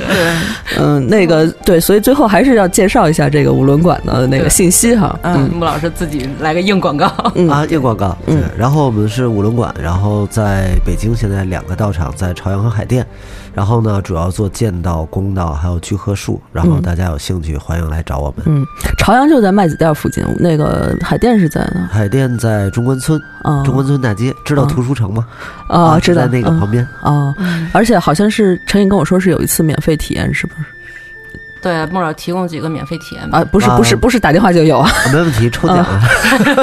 Speaker 4: 嗯，那个对，所以最后还是要介绍一下这个五轮馆的那个信息哈。嗯，
Speaker 6: 穆老师自己来个硬广告。
Speaker 9: 啊，硬广告。对，然后我们是五轮馆，然后在北京现在两个道场，在朝阳和海淀。然后呢，主要做剑道、公道还有聚合术。然后
Speaker 4: 嗯
Speaker 9: 大家有兴趣，欢迎来找我们。
Speaker 4: 嗯，朝阳就在麦子店附近，那个海淀是在哪？
Speaker 9: 海淀在中关村，
Speaker 4: 啊
Speaker 9: 中关村大街，知道图书城吗？
Speaker 4: 啊，知
Speaker 9: 就
Speaker 4: 道
Speaker 9: 在那个
Speaker 4: 嗯
Speaker 9: 旁边。
Speaker 4: 啊，而且好像是陈颖跟我说是有一次免费体验，是不是？
Speaker 6: 对，穆老师提供几个免费体验吧。
Speaker 4: 啊，不是不是
Speaker 9: 啊
Speaker 4: 不是，打电话就有啊。
Speaker 9: 啊没问题，抽奖啊。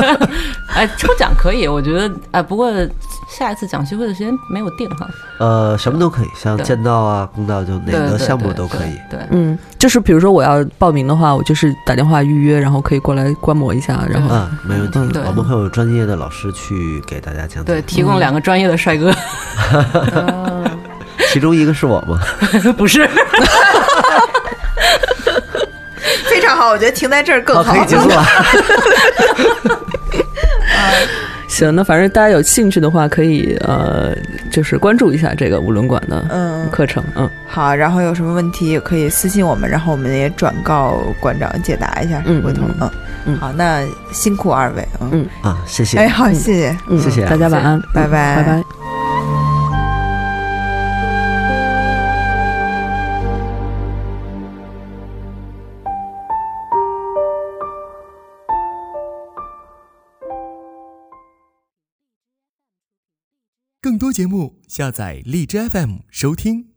Speaker 6: 哎，抽奖可以，我觉得哎，不过下一次讲习会的时间没有定哈。
Speaker 9: 呃，什么都可以，像
Speaker 6: 对
Speaker 9: 剑道啊、公道，就哪
Speaker 6: 对
Speaker 9: 个
Speaker 6: 对
Speaker 9: 项目
Speaker 6: 对
Speaker 9: 都可以。
Speaker 6: 对，
Speaker 4: 嗯，就是比如说我要报名的话，我就是打电话预约，然后可以过来观摩一下，然后
Speaker 9: 嗯，没问题
Speaker 6: 对，
Speaker 9: 我们会有专业的老师去给大家讲解
Speaker 6: 对，。提供两个专业的帅哥，
Speaker 9: 其中一个是我吗？
Speaker 6: 不是，
Speaker 5: 非常好，我觉得停在这儿更
Speaker 9: 好，
Speaker 5: 好。
Speaker 9: 可以结束了。
Speaker 4: 行，那反正大家有兴趣的话，可以呃，就是关注一下这个五轮馆的
Speaker 5: 嗯，
Speaker 4: 课程，嗯
Speaker 5: 好，然后有什么问题也可以私信我们，然后我们也转告馆长解答一下，
Speaker 4: 嗯
Speaker 5: 回头
Speaker 4: 嗯
Speaker 5: 嗯，
Speaker 4: 嗯
Speaker 5: 好，那辛苦二位，嗯，
Speaker 4: 嗯
Speaker 9: 啊，谢谢
Speaker 5: 哎，。好，谢谢。
Speaker 4: 嗯，
Speaker 9: 谢谢啊
Speaker 4: 大家晚安，
Speaker 5: 拜
Speaker 4: 嗯
Speaker 5: 拜
Speaker 4: 拜拜。
Speaker 16: 更多节目，下载荔枝 FM 收听。